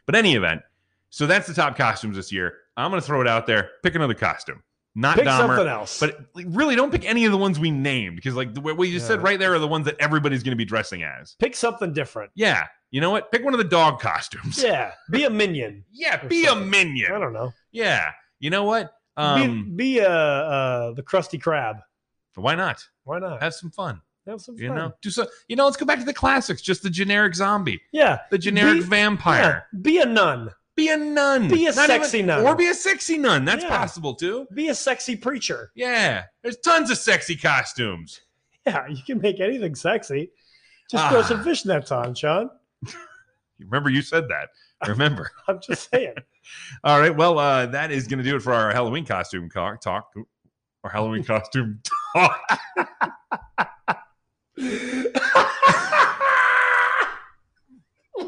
Speaker 1: But any event, so that's the top costumes this year. I'm going to throw it out there. Pick another costume. not
Speaker 2: Pick
Speaker 1: Dahmer.
Speaker 2: something else.
Speaker 1: But like, really, don't pick any of the ones we named because, like, the, what you just said
Speaker 2: Yeah.
Speaker 1: right there are the ones that everybody's going to be dressing as.
Speaker 2: pick something different.
Speaker 1: Yeah, you know what? Pick one of the dog costumes.
Speaker 2: Yeah, be a minion.
Speaker 1: Yeah,
Speaker 2: Or
Speaker 1: be a
Speaker 2: something. I
Speaker 1: minion.
Speaker 2: don't know.
Speaker 1: Yeah, you know what? Um,
Speaker 2: be be uh, uh, the Krusty Krab.
Speaker 1: why not?
Speaker 2: Why not?
Speaker 1: Have some fun.
Speaker 2: Have some fun.
Speaker 1: Uh, You know, do so. You know, let's go back to the classics. Just the generic zombie,
Speaker 2: Yeah.
Speaker 1: the generic
Speaker 2: Be-
Speaker 1: vampire.
Speaker 2: Yeah. Be a nun.
Speaker 1: Be a nun.
Speaker 2: Be a
Speaker 1: Not even-
Speaker 2: sexy nun.
Speaker 1: or be a sexy nun. That's
Speaker 2: Yeah.
Speaker 1: possible too.
Speaker 2: Be a sexy preacher.
Speaker 1: Yeah, there's tons of sexy costumes.
Speaker 2: Yeah, you can make anything sexy. Just throw
Speaker 1: Ah.
Speaker 2: some fishnets on, Sean.
Speaker 1: Remember, you said that. Remember.
Speaker 2: I'm just saying.
Speaker 1: All right. Well, uh, that is going to do it for our Halloween costume co- talk. Our Halloween costume talk.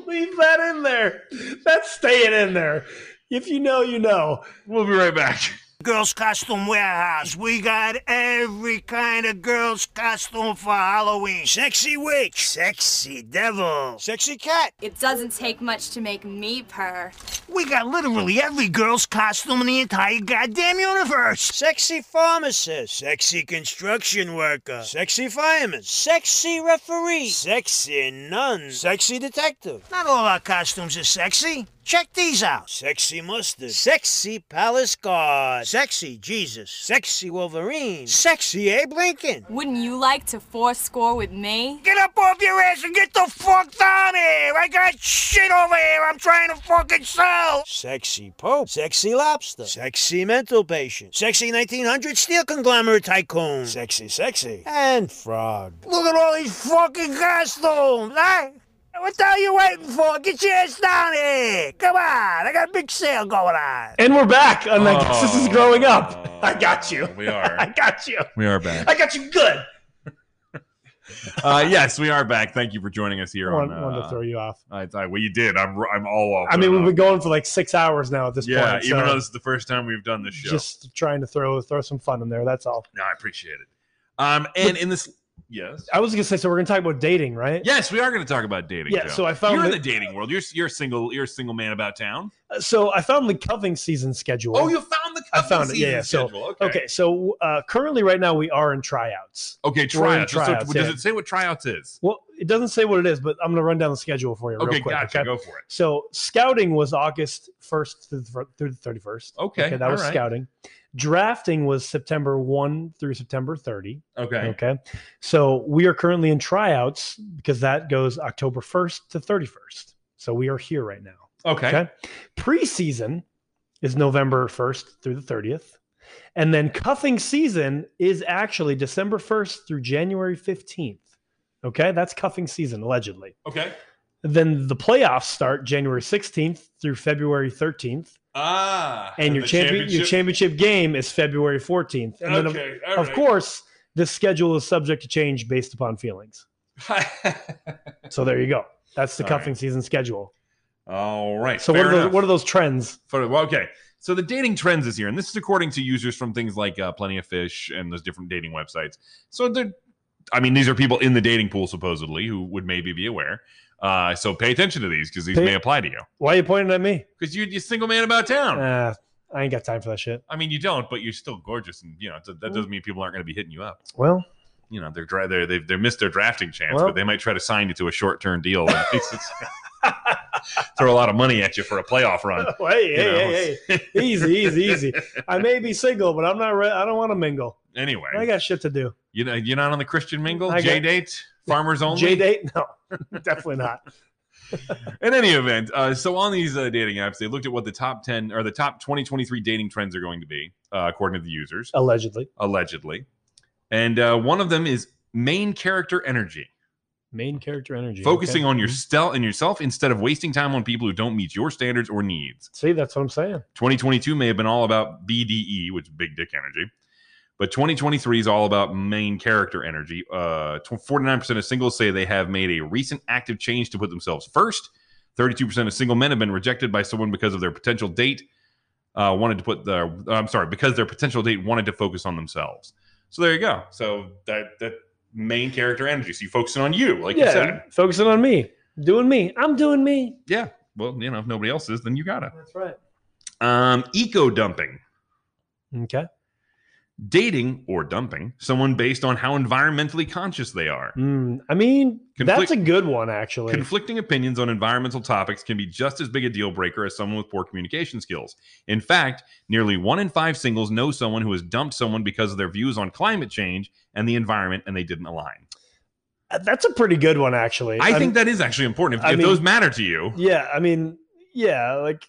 Speaker 2: Leave that in there. That's staying in there. If you know, you know.
Speaker 1: We'll be right back.
Speaker 3: Girls Costume Warehouse. We got every kind of girls costume for Halloween. Sexy witch, sexy devil, sexy cat.
Speaker 4: It doesn't take much to make me purr.
Speaker 3: We got literally every girls costume in the entire goddamn universe. Sexy pharmacist, sexy construction worker, sexy fireman, sexy referee, sexy nun, sexy detective. Not all our costumes are sexy. Check these out. Sexy mustard. Sexy palace guard. Sexy Jesus. Sexy Wolverine. Sexy Abe Lincoln.
Speaker 4: Wouldn't you like to fourscore with me?
Speaker 3: Get up off your ass and get the fuck down here! I got shit over here I'm trying to fucking sell! Sexy Pope. Sexy Lobster. Sexy Mental Patient. Sexy 1900 Steel Conglomerate Tycoon. Sexy Sexy. And Frog. Look at all these fucking costumes! eh? What the hell you waiting for? Get your ass down here! Come on, I got a big sale going on!
Speaker 2: And we're back on like this is growing up.
Speaker 1: Oh,
Speaker 2: I got you.
Speaker 1: We
Speaker 2: I
Speaker 1: are.
Speaker 2: got you.
Speaker 1: We are back.
Speaker 2: I got you good.
Speaker 1: Uh, yes, we are back. Thank you for joining us here
Speaker 2: I
Speaker 1: on.
Speaker 2: wanted- wanted to
Speaker 1: Uh,
Speaker 2: throw you off.
Speaker 1: I, I, well, you did. I'm. I'm all off.
Speaker 2: I mean, we've
Speaker 1: and
Speaker 2: been
Speaker 1: on.
Speaker 2: going for like six hours now at this
Speaker 1: Yeah,
Speaker 2: point.
Speaker 1: even
Speaker 2: so
Speaker 1: though this is the first time we've done this show.
Speaker 2: just trying to throw throw some fun in there. That's all.
Speaker 1: no, I appreciate it. Um, and in this, yes,
Speaker 2: I was gonna say. So we're gonna talk about dating, right?
Speaker 1: yes, we are going to talk about dating.
Speaker 2: Yeah.
Speaker 1: Joe.
Speaker 2: So I found
Speaker 1: you're in
Speaker 2: the- uh,
Speaker 1: the dating world. You're you're single. You're a single man about town.
Speaker 2: so I found the coving season schedule.
Speaker 1: Oh, you found the.
Speaker 2: I found it,
Speaker 1: season
Speaker 2: yeah, yeah, so-
Speaker 1: schedule. okay.
Speaker 2: okay. So uh, currently, right now, we are in tryouts.
Speaker 1: Okay,
Speaker 2: We're in
Speaker 1: tryouts. That's what-
Speaker 2: tryouts,
Speaker 1: does
Speaker 2: yeah.
Speaker 1: it say what tryouts is?
Speaker 2: Well, it doesn't say what it is, but I'm gonna run down the schedule for you. Real
Speaker 1: Okay,
Speaker 2: quick,
Speaker 1: gotcha. Go for it.
Speaker 2: So scouting was August 1st through the, fir- through the 31st.
Speaker 1: Okay,
Speaker 2: that was
Speaker 1: all right.
Speaker 2: scouting. Drafting was September 1 through September 30.
Speaker 1: Okay.
Speaker 2: Okay. So we are currently in tryouts because that goes October 1st to 31st. So we are here right now.
Speaker 1: Okay.
Speaker 2: Okay. Preseason is November 1st through the 30th. And then cuffing season is actually December 1st through January 15th. Okay. That's cuffing season, allegedly.
Speaker 1: Okay.
Speaker 2: Then the playoffs start January 16th through February 13th,
Speaker 1: Ah.
Speaker 2: and your
Speaker 1: the
Speaker 2: champion your championship game is February 14th. And then of,
Speaker 1: okay. all
Speaker 2: of
Speaker 1: right.
Speaker 2: course, this schedule is subject to change based upon feelings. So there you go. That's the
Speaker 1: All
Speaker 2: cuffing season schedule.
Speaker 1: all right.
Speaker 2: So what are, those, what are those trends?
Speaker 1: For, well, okay. So the dating trends is here, and this is according to users from things like uh, Plenty of Fish and those different dating websites. So they're, I mean, these are people in the dating pool supposedly who would maybe be aware. Uh, so pay attention to these because these
Speaker 2: Pay-
Speaker 1: may apply to you
Speaker 2: Why are you pointing at me?
Speaker 1: because you're a single man about town.
Speaker 2: Uh, I ain't got time for that shit.
Speaker 1: I mean, you don't, but you're still gorgeous, and you know that that
Speaker 2: Mm.
Speaker 1: doesn't mean people aren't going to be hitting you up.
Speaker 2: Well,
Speaker 1: you know they're dry, they're they've they missed their drafting chance,
Speaker 2: Well-
Speaker 1: but they might try to sign you to a short term deal. and throw a lot of money at you for a playoff run.
Speaker 2: hey, hey,
Speaker 1: know.
Speaker 2: hey, hey, easy, easy, easy. I may be single, but I'm not. Re- I don't want to mingle. I
Speaker 1: Anyway,
Speaker 2: got shit to do.
Speaker 1: you know you're not on the Christian mingle,
Speaker 2: I got-
Speaker 1: J date, farmers only.
Speaker 2: J date? No, definitely not.
Speaker 1: In any event, uh, so on these uh, dating apps, they looked at what the top ten or the top 2023 dating trends are going to be, uh, according to the users,
Speaker 2: Allegedly,
Speaker 1: allegedly. And uh, one of them is main character energy,
Speaker 2: main character energy.
Speaker 1: focusing
Speaker 2: okay. Mm-hmm.
Speaker 1: on your stel- and yourself instead of wasting time on people who don't meet your standards or needs.
Speaker 2: See, that's what I'm saying.
Speaker 1: 2022 may have been all about BDE, which is big dick energy, but 2023 is all about main character energy. Uh, tw- 49% of singles say they have made a recent active change to put themselves first. 32% of single men have been rejected by someone because of their potential date uh, wanted to put their, I'm sorry, because their potential date wanted to focus on themselves. So there you go. So that, that main character energy. So you focusing on you, like you said.
Speaker 2: focusing on me, doing me. I'm doing me.
Speaker 1: Yeah. Well, you know, if nobody else is, then you got it.
Speaker 2: That's right.
Speaker 1: Um, eco dumping.
Speaker 2: Okay.
Speaker 1: dating or dumping someone based on how environmentally conscious they are.
Speaker 2: Mm, I mean, that's
Speaker 1: Conflict-
Speaker 2: a good one, actually.
Speaker 1: Conflicting opinions on environmental topics can be just as big a deal breaker as someone with poor communication skills. In fact, nearly one in five singles know someone who has dumped someone because of their views on climate change and the environment, and they didn't align.
Speaker 2: that's a pretty good one, actually.
Speaker 1: I
Speaker 2: I'm-
Speaker 1: think that is actually important. If,
Speaker 2: I
Speaker 1: if
Speaker 2: mean-
Speaker 1: those matter to you,
Speaker 2: yeah i mean yeah like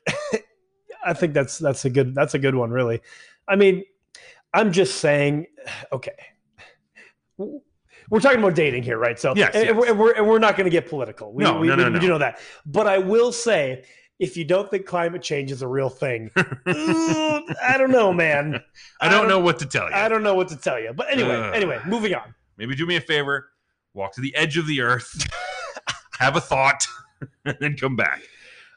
Speaker 2: i think that's that's a good that's a good one really i mean i'm just saying okay we're talking about dating here right so
Speaker 1: Yes,
Speaker 2: and,
Speaker 1: yes.
Speaker 2: and We're, and, we're, and we're not going to get political we,
Speaker 1: No,
Speaker 2: we,
Speaker 1: no, no,
Speaker 2: we, we
Speaker 1: no.
Speaker 2: do know that but i will say if you don't think climate change is a real thing ooh, i don't know man
Speaker 1: I
Speaker 2: I
Speaker 1: don't
Speaker 2: don't-
Speaker 1: know what to tell you.
Speaker 2: i don't know what to tell you but anyway
Speaker 1: Ugh.
Speaker 2: anyway moving on
Speaker 1: Maybe do me a favor, walk to the edge of the earth, have a thought, and then come back.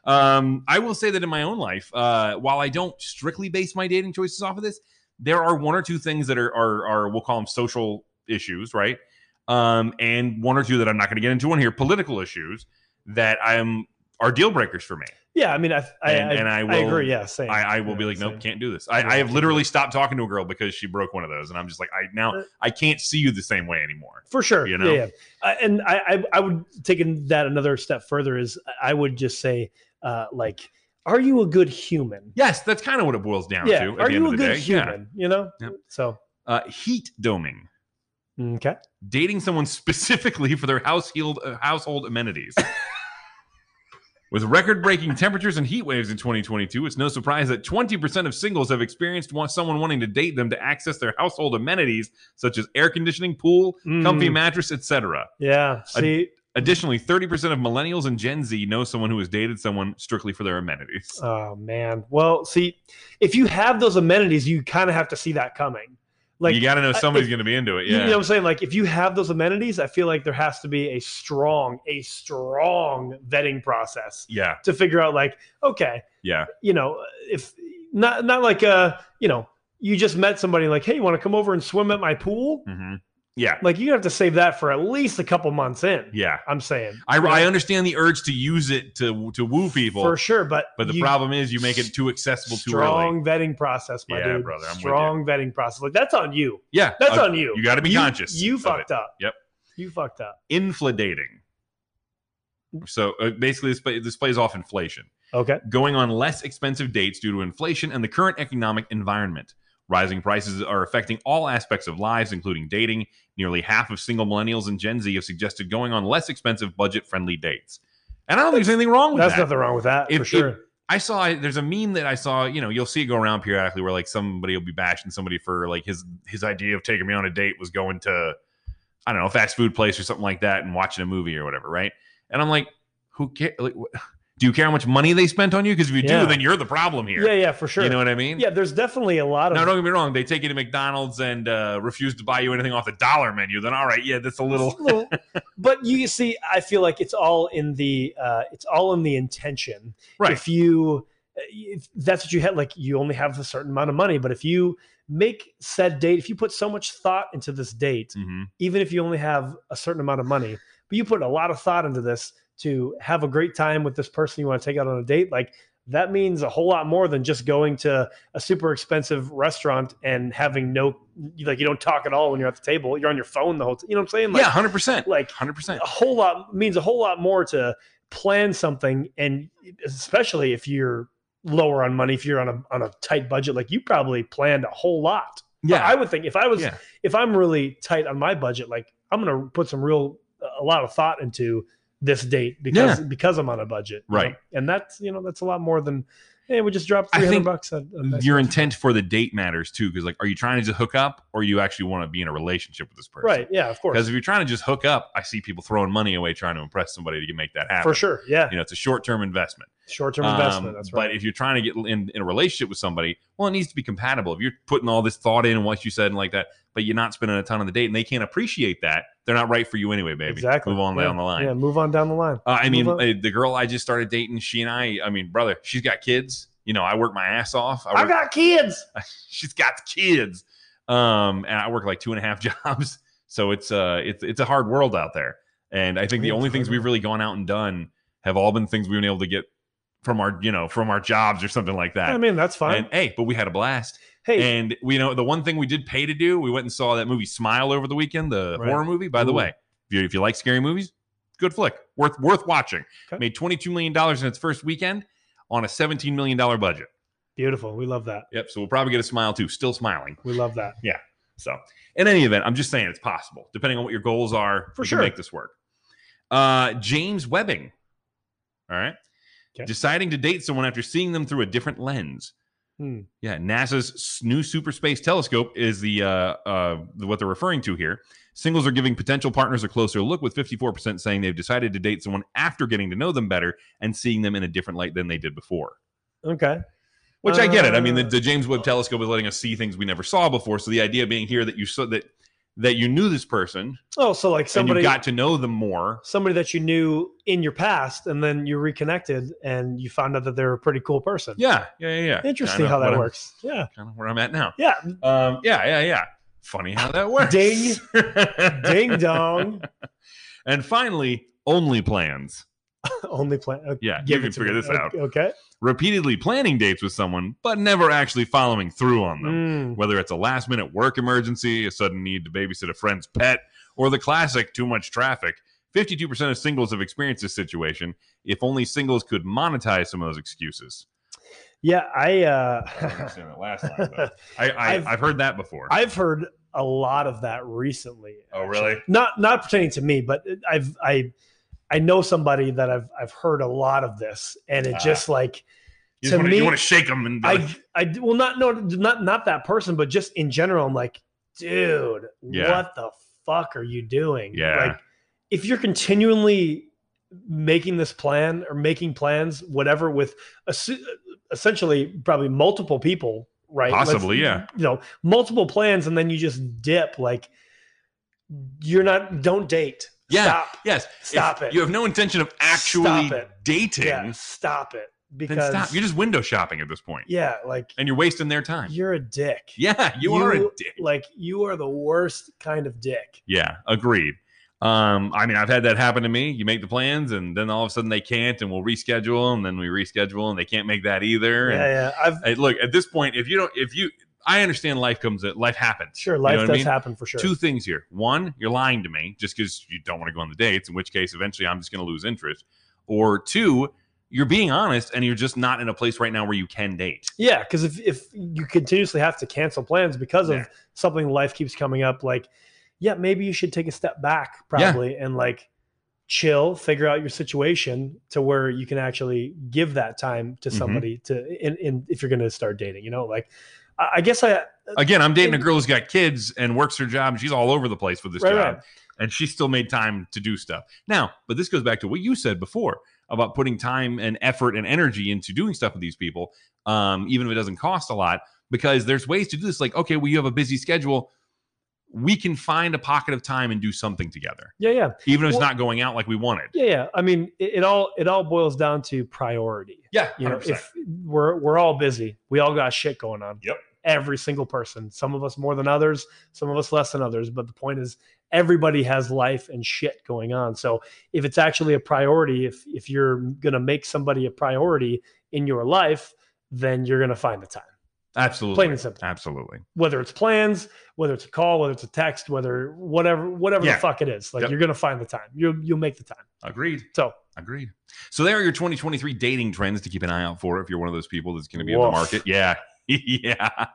Speaker 1: Um, I will say that in my own life, uh, while I don't strictly base my dating choices off of this, there are one or two things that are are, are we'll call them social issues, right? Um, and one or two that I'm not going to get into on here, political issues that I'm are deal breakers for me.
Speaker 2: yeah i mean i i,
Speaker 1: And- and I
Speaker 2: I,
Speaker 1: will-
Speaker 2: agree yeah same
Speaker 1: I, I will
Speaker 2: Yeah,
Speaker 1: be like, nope,
Speaker 2: same.
Speaker 1: can't do this. I, I have literally stopped talking to a girl because she broke one of those, and I'm just like, I
Speaker 2: Uh,
Speaker 1: now I can't see you the same way anymore.
Speaker 2: for sure.
Speaker 1: You
Speaker 2: Yeah,
Speaker 1: know?
Speaker 2: yeah. I- and I, I, I would taking that another step further is I would just say, uh, like, are you a good human?
Speaker 1: Yes, that's kind of what it boils down
Speaker 2: yeah.
Speaker 1: to. At
Speaker 2: are
Speaker 1: the
Speaker 2: you
Speaker 1: end
Speaker 2: a
Speaker 1: of the
Speaker 2: good
Speaker 1: day. Yeah.
Speaker 2: human? You know.
Speaker 1: Yep.
Speaker 2: So
Speaker 1: Uh, heat doming,
Speaker 2: okay.
Speaker 1: dating someone specifically for their household uh, household amenities. With record-breaking temperatures and heat waves in 2022, it's no surprise that 20% of singles have experienced want someone wanting to date them to access their household amenities such as air conditioning, pool, comfy
Speaker 2: Mm.
Speaker 1: mattress, etc.
Speaker 2: Yeah. See.
Speaker 1: Additionally, 30% of millennials and Gen Z know someone who has dated someone strictly for their amenities.
Speaker 2: oh man. Well, see, if you have those amenities, you kind of have to see that coming. Like
Speaker 1: you got to know
Speaker 2: I-
Speaker 1: somebody's
Speaker 2: if-
Speaker 1: going to be into it.
Speaker 2: You-
Speaker 1: Yeah.
Speaker 2: You know what I'm saying? Like, if you have those amenities, I feel like there has to be a strong, a strong vetting process
Speaker 1: yeah.
Speaker 2: to figure out, like, okay,
Speaker 1: Yeah.
Speaker 2: you know, if not not like uh, you know, you just met somebody like, hey, you want to come over and swim at my pool?
Speaker 1: hmm Yeah.
Speaker 2: Like you have to save that for at least a couple months in.
Speaker 1: Yeah.
Speaker 2: I'm saying
Speaker 1: I, I understand the urge to use it to to woo people,
Speaker 2: for sure, but
Speaker 1: but the
Speaker 2: you-
Speaker 1: problem is you make it too accessible too early.
Speaker 2: strong vetting process, my
Speaker 1: Yeah,
Speaker 2: dude.
Speaker 1: brother, I'm with you.
Speaker 2: strong vetting process. Like that's on you.
Speaker 1: Yeah,
Speaker 2: That's
Speaker 1: uh,
Speaker 2: on you.
Speaker 1: You got to be conscious.
Speaker 2: You
Speaker 1: of
Speaker 2: fucked up.
Speaker 1: Yep.
Speaker 2: You fucked up.
Speaker 1: it. infladating. So uh, basically, this, play, this plays off inflation.
Speaker 2: Okay.
Speaker 1: Going on less expensive dates due to inflation and the current economic environment. Rising prices are affecting all aspects of lives, including dating. Nearly half of single millennials and Gen Z have suggested going on less expensive, budget-friendly dates. And I don't think there's anything wrong with
Speaker 2: That's
Speaker 1: that.
Speaker 2: nothing wrong with that
Speaker 1: If-
Speaker 2: for
Speaker 1: if-
Speaker 2: sure.
Speaker 1: I saw there's a meme that I saw. You know, you'll see it go around periodically where like somebody will be bashing somebody for like his his idea of taking me on a date was going to I don't know a fast food place or something like that and watching a movie or whatever, right? And I'm like, who care? Like, wh- do you care how much money they spent on you? Because if you
Speaker 2: Yeah.
Speaker 1: do, then you're the problem here.
Speaker 2: yeah, yeah, for sure.
Speaker 1: You know what I mean?
Speaker 2: yeah, there's definitely a lot of
Speaker 1: Now, don't get me wrong. They take you to McDonald's and uh, refuse to buy you anything off the dollar menu. Then all right, yeah, that's a little.
Speaker 2: little- but you see, I feel like it's all in the uh, it's all in the intention.
Speaker 1: Right.
Speaker 2: If you eh, if that's what you had, like you only have a certain amount of money, but if you make said date, if you put so much thought into this date,
Speaker 1: Mhm.
Speaker 2: even if you only have a certain amount of money, but you put a lot of thought into this to have a great time with this person you want to take out on a date, like that means a whole lot more than just going to a super expensive restaurant and having no like you don't talk at all when you're at the table. You're on your phone the whole time. You know what I'm saying? Like,
Speaker 1: yeah, hundred percent,
Speaker 2: Like
Speaker 1: hundred percent.
Speaker 2: a whole lot means a whole lot more to plan something and especially if you're lower on money if you're on a on a tight budget like you probably planned a whole lot
Speaker 1: Yeah,
Speaker 2: i would think if i was
Speaker 1: Yeah.
Speaker 2: if i'm really tight on my budget like i'm gonna put some real a lot of thought into this date because because i'm on a budget you know?
Speaker 1: Right.
Speaker 2: and that's you know that's a lot more than hey we just dropped
Speaker 1: I
Speaker 2: 300
Speaker 1: think
Speaker 2: bucks on, on this.
Speaker 1: your intent for the date matters too because like are you trying to just hook up or you actually want to be in a relationship with this person
Speaker 2: right yeah of course
Speaker 1: because if you're trying to just hook up i see people throwing money away trying to impress somebody to make that happen
Speaker 2: for sure yeah
Speaker 1: you know it's a short-term investment
Speaker 2: short-term
Speaker 1: Um,
Speaker 2: investment that's right
Speaker 1: but if you're trying to get in, in a relationship with somebody well it needs to be compatible if you're putting all this thought in and what you said and like that but you're not spending a ton on the date and they can't appreciate that they're not right for you anyway baby
Speaker 2: exactly
Speaker 1: move on
Speaker 2: yeah.
Speaker 1: down the line
Speaker 2: yeah move on down the line
Speaker 1: uh, I mean,
Speaker 2: Move
Speaker 1: uh, the girl I just started dating, she and I, I mean, brother, she's got kids. You know, I work my ass off.
Speaker 2: i
Speaker 1: work-
Speaker 2: got kids
Speaker 1: she's got kids um and i work like two and a half jobs so it's uh it's it's a hard world out there and i think the
Speaker 2: Yeah, it's
Speaker 1: only things
Speaker 2: hard.
Speaker 1: we've really gone out and done have all been things we've been able to get from our you know from our jobs or something like that
Speaker 2: I mean, that's fine.
Speaker 1: and hey but we had a blast
Speaker 2: Hey,
Speaker 1: And we know the one thing we did pay to do, we went and saw that movie Smile over the weekend, the
Speaker 2: Right.
Speaker 1: horror movie. By the
Speaker 2: Ooh.
Speaker 1: way, if you, if you like scary movies, good flick, worth worth watching.
Speaker 2: Okay.
Speaker 1: Made twenty two million dollars in its first weekend on a seventeen million dollar budget.
Speaker 2: beautiful. We love that.
Speaker 1: Yep. So we'll probably get a smile too. Still smiling.
Speaker 2: We love that.
Speaker 1: So in any event, I'm just saying it's possible depending on what your goals are.
Speaker 2: For
Speaker 1: you can
Speaker 2: sure.
Speaker 1: make this work. Uh, James Webbing. All right.
Speaker 2: Okay.
Speaker 1: Deciding to date someone after seeing them through a different lens.
Speaker 2: Hmm.
Speaker 1: Yeah, NASA's s- new Super Space Telescope is the uh, uh, the- what they're referring to here. Singles are giving potential partners a closer look, with 54% saying they've decided to date someone after getting to know them better and seeing them in a different light than they did before.
Speaker 2: Okay.
Speaker 1: Which I get it. I mean, the,
Speaker 2: Uh,
Speaker 1: the James Webb Telescope is letting us see things we never saw before. So the idea being here that you saw that that you knew this person
Speaker 2: Oh, so like somebody
Speaker 1: and you got to know them more.
Speaker 2: somebody that you knew in your past and then you reconnected and you found out that they're a pretty cool person.
Speaker 1: Yeah, yeah, yeah. yeah.
Speaker 2: Interesting
Speaker 1: Kinda
Speaker 2: how that
Speaker 1: what I'm-
Speaker 2: works. Yeah.
Speaker 1: Kind of where I'm at now.
Speaker 2: Yeah.
Speaker 1: Um, yeah, yeah, yeah. Funny how that works.
Speaker 2: Ding. Ding dong.
Speaker 1: And finally, only plans.
Speaker 2: Only plan. okay,
Speaker 1: Yeah, you
Speaker 2: give
Speaker 1: can
Speaker 2: it to
Speaker 1: figure
Speaker 2: me.
Speaker 1: this out.
Speaker 2: Okay.
Speaker 1: Repeatedly planning dates with someone, but never actually following through on them.
Speaker 2: Mm.
Speaker 1: Whether it's a last minute work emergency, a sudden need to babysit a friend's pet, or the classic too much traffic, 52% of singles have experienced this situation. If only singles could monetize some of those excuses.
Speaker 2: Yeah. I,
Speaker 1: I don't
Speaker 2: uh,
Speaker 1: understand that last line, though. I, I,
Speaker 2: I've-
Speaker 1: I've, heard that before.
Speaker 2: I've heard a lot of that recently.
Speaker 1: oh, really?
Speaker 2: Not, not pertaining to me, but I've, I, I know somebody that I've, I've heard a lot of this and it
Speaker 1: Ah.
Speaker 2: just like,
Speaker 1: You,
Speaker 2: To
Speaker 1: want,
Speaker 2: me,
Speaker 1: you want to shake them and be like,
Speaker 2: I, I well, not no, not not that person, but just in general, I'm like, dude,
Speaker 1: Yeah.
Speaker 2: what the fuck are you doing?
Speaker 1: Yeah.
Speaker 2: like if you're continually making this plan or making plans, whatever, with assu- essentially probably multiple people, right? Let's-
Speaker 1: Possibly, yeah.
Speaker 2: You know, multiple plans, and then you just dip. Like, you're not. Don't date.
Speaker 1: Yeah.
Speaker 2: Stop.
Speaker 1: yes, if
Speaker 2: Stop it.
Speaker 1: You have no intention of actually
Speaker 2: Stop it.
Speaker 1: dating.
Speaker 2: Yeah. Stop it.
Speaker 1: Then
Speaker 2: Because
Speaker 1: stop. You're just window shopping at this point,
Speaker 2: yeah, like
Speaker 1: and you're wasting their time.
Speaker 2: you're a dick.
Speaker 1: yeah, you, are a dick.
Speaker 2: Like you are the worst kind of dick.
Speaker 1: Yeah, agreed. Um, I mean, I've had that happen to me. You make the plans, and then all of a sudden they can't, and we'll reschedule, and then we reschedule, and they can't make that either.
Speaker 2: Yeah,
Speaker 1: And
Speaker 2: yeah. I've
Speaker 1: hey, look, at this point, if you don't, if you, I understand life comes, at life happens.
Speaker 2: sure
Speaker 1: You know
Speaker 2: life
Speaker 1: what I
Speaker 2: does
Speaker 1: mean?
Speaker 2: happen for sure.
Speaker 1: Two things here. One, you're lying to me just because you don't want to go on the dates, in which case, eventually, I'm just going to lose interest. Or two, you're being honest, and you're just not in a place right now where you can date.
Speaker 2: yeah, because if if you continuously have to cancel plans because of
Speaker 1: Yeah.
Speaker 2: something life keeps coming up, like yeah, maybe you should take a step back probably and like chill, figure out your situation to where you can actually give that time to
Speaker 1: Mhm.
Speaker 2: somebody to in, in if you're gonna start dating, you know, like I, I guess I
Speaker 1: Again, I'm dating a girl who's got kids and works her job, and she's all over the place with this
Speaker 2: Right,
Speaker 1: job.
Speaker 2: right.
Speaker 1: and she still made time to do stuff. Now, but this goes back to what you said before about putting time and effort and energy into doing stuff with these people, um, even if it doesn't cost a lot, because there's ways to do this. Like, okay, well, you have a busy schedule. We can find a pocket of time and do something together,
Speaker 2: yeah, yeah.
Speaker 1: even if it's
Speaker 2: Well-
Speaker 1: not going out like we wanted.
Speaker 2: Yeah, yeah. I mean, it, it all it all boils down to priority.
Speaker 1: Yeah,
Speaker 2: You know, if we're we're all busy, we all got shit going on.
Speaker 1: Yep.
Speaker 2: Every single person. Some of us more than others. Some of us less than others. But the point is, everybody has life and shit going on. So if it's actually a priority, if if you're gonna make somebody a priority in your life, then you're gonna find the time.
Speaker 1: absolutely,
Speaker 2: Plain and simple.
Speaker 1: absolutely.
Speaker 2: Whether it's plans, whether it's a call, whether it's a text, whether whatever whatever
Speaker 1: Yeah.
Speaker 2: the fuck it is, like
Speaker 1: Yep.
Speaker 2: you're gonna find the time. You you'll make the time.
Speaker 1: Agreed.
Speaker 2: So
Speaker 1: Agreed. So there are your 2023 dating trends to keep an eye out for if you're one of those people that's going to be in
Speaker 2: Woof.
Speaker 1: the market. Yeah. yeah.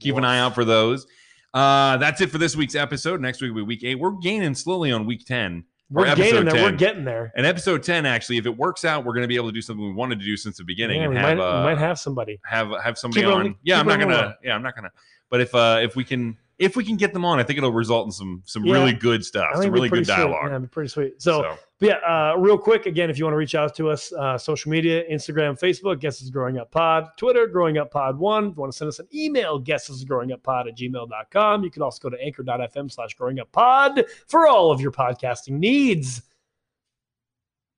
Speaker 1: Keep an
Speaker 2: Woof.
Speaker 1: eye out for those. Uh, that's it for this week's episode. Next week will be week eight. We're gaining slowly on week 10. Or
Speaker 2: we're gaining
Speaker 1: episode
Speaker 2: there. We're
Speaker 1: 10.
Speaker 2: getting there.
Speaker 1: And episode 10, actually, if it works out, we're going to be able to do something we wanted to do since the beginning
Speaker 2: Yeah,
Speaker 1: and
Speaker 2: we,
Speaker 1: have,
Speaker 2: might, we
Speaker 1: uh,
Speaker 2: might have somebody.
Speaker 1: have have somebody
Speaker 2: Keep it on
Speaker 1: on.
Speaker 2: the-
Speaker 1: yeah,
Speaker 2: keep
Speaker 1: I'm
Speaker 2: it
Speaker 1: not
Speaker 2: on the
Speaker 1: gonna.
Speaker 2: low.
Speaker 1: Yeah, I'm not gonna. But if uh if we can if we can get them on, I think it'll result in some some
Speaker 2: Yeah.
Speaker 1: really good stuff,
Speaker 2: I think
Speaker 1: some
Speaker 2: it'd be
Speaker 1: really good
Speaker 2: pretty sweet.
Speaker 1: dialogue.
Speaker 2: Yeah, it'd be pretty sweet. So, but yeah, uh, real quick, again, if you want to reach out to us, uh, social media, Instagram, Facebook, Guess is Growing Up Pod, Twitter, Growing Up Pod 1. If you want to send us an email, Guess is Growing Up Pod at gmail.com. You can also go to anchor.fm slash growing up pod for all of your podcasting needs.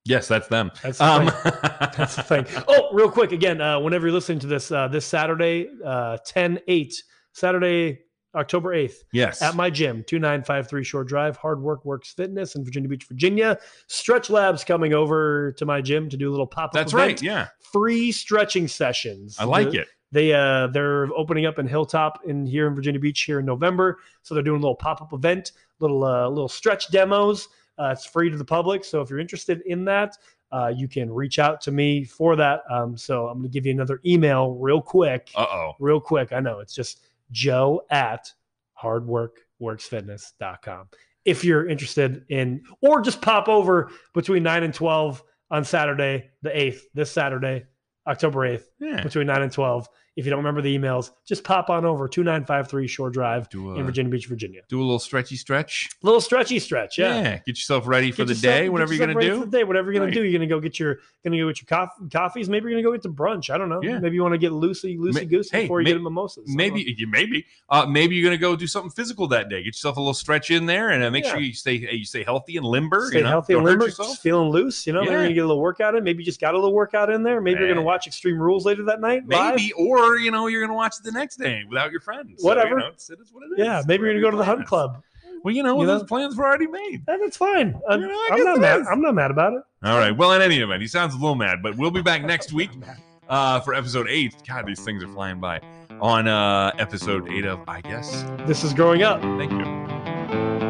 Speaker 1: yes, that's them.
Speaker 2: That's the
Speaker 1: Um,
Speaker 2: thing. That's the thing. Oh, real quick, again, uh, whenever you're listening to this, uh, this Saturday, uh, 10 8, Saturday, October 8th
Speaker 1: Yes.
Speaker 2: at my gym, 2953 Shore Drive, Hard Work Works Fitness in Virginia Beach, Virginia. Stretch Lab's coming over to my gym to do a little pop up.
Speaker 1: That's right. Yeah.
Speaker 2: Free stretching sessions.
Speaker 1: I like
Speaker 2: The-
Speaker 1: it.
Speaker 2: they uh they're opening up in Hilltop in here in Virginia Beach here in November. So they're doing a little pop up event, little uh, little stretch demos. Uh, it's free to the public. So if you're interested in that, uh, you can reach out to me for that. Um, so I'm gonna give you another email real quick,
Speaker 1: Uh oh.
Speaker 2: real quick. I know it's just Joe at hardworkworksfitness.com. If you're interested in, or just pop over between nine and twelve on Saturday, the eighth, this Saturday, October eighth
Speaker 1: Yeah.
Speaker 2: between 9 and 12. If you don't remember the emails, just pop on over 2953 Shore Drive
Speaker 1: Do
Speaker 2: in
Speaker 1: a,
Speaker 2: Virginia Beach, Virginia.
Speaker 1: do a little stretchy stretch.
Speaker 2: Little stretchy stretch, yeah.
Speaker 1: Get yourself ready for
Speaker 2: Get
Speaker 1: the
Speaker 2: yourself-
Speaker 1: day,
Speaker 2: get
Speaker 1: whatever you're
Speaker 2: yourself
Speaker 1: going to
Speaker 2: ready for
Speaker 1: do.
Speaker 2: the day, whatever you're gonna
Speaker 1: Right.
Speaker 2: do, you're gonna go get your gonna go get your coff- coffees. Maybe you're gonna go get the brunch. I don't know.
Speaker 1: Yeah.
Speaker 2: Maybe you want to get loosey
Speaker 1: Ma-
Speaker 2: loosey goosey
Speaker 1: hey,
Speaker 2: before you
Speaker 1: may-
Speaker 2: get mimosas. I don't know.
Speaker 1: Maybe, you- maybe, uh, maybe you're gonna go do something physical that day. Get yourself a little stretch in there, and uh, make sure
Speaker 2: Yeah.
Speaker 1: you stay you stay healthy and limber.
Speaker 2: Stay
Speaker 1: you know?
Speaker 2: healthy and
Speaker 1: Don't hurt
Speaker 2: limber,
Speaker 1: yourself.
Speaker 2: just feeling loose. You know, maybe you're
Speaker 1: Yeah.
Speaker 2: gonna get a little workout in. Maybe you just got a little workout in there. Maybe you're gonna
Speaker 1: Man.
Speaker 2: watch Extreme Rules later that night. live.
Speaker 1: Maybe, or you know, you're gonna watch it the next day without your friends. So,
Speaker 2: Whatever.
Speaker 1: you know, it's, it is what it is.
Speaker 2: Yeah, maybe you're gonna go to the Hunt
Speaker 1: Plans.
Speaker 2: Club.
Speaker 1: Well, you know,
Speaker 2: You
Speaker 1: those
Speaker 2: know?
Speaker 1: plans were already made.
Speaker 2: And it's fine. Uh,
Speaker 1: You know, I
Speaker 2: I'm
Speaker 1: guess
Speaker 2: not
Speaker 1: it
Speaker 2: mad.
Speaker 1: is.
Speaker 2: I'm not mad about it.
Speaker 1: All right. Well, in any event, he sounds a little mad, but we'll be back next week uh, for episode eight. God, these things are flying by. On uh, episode eight of, I guess.
Speaker 2: This is growing up.
Speaker 1: Thank you.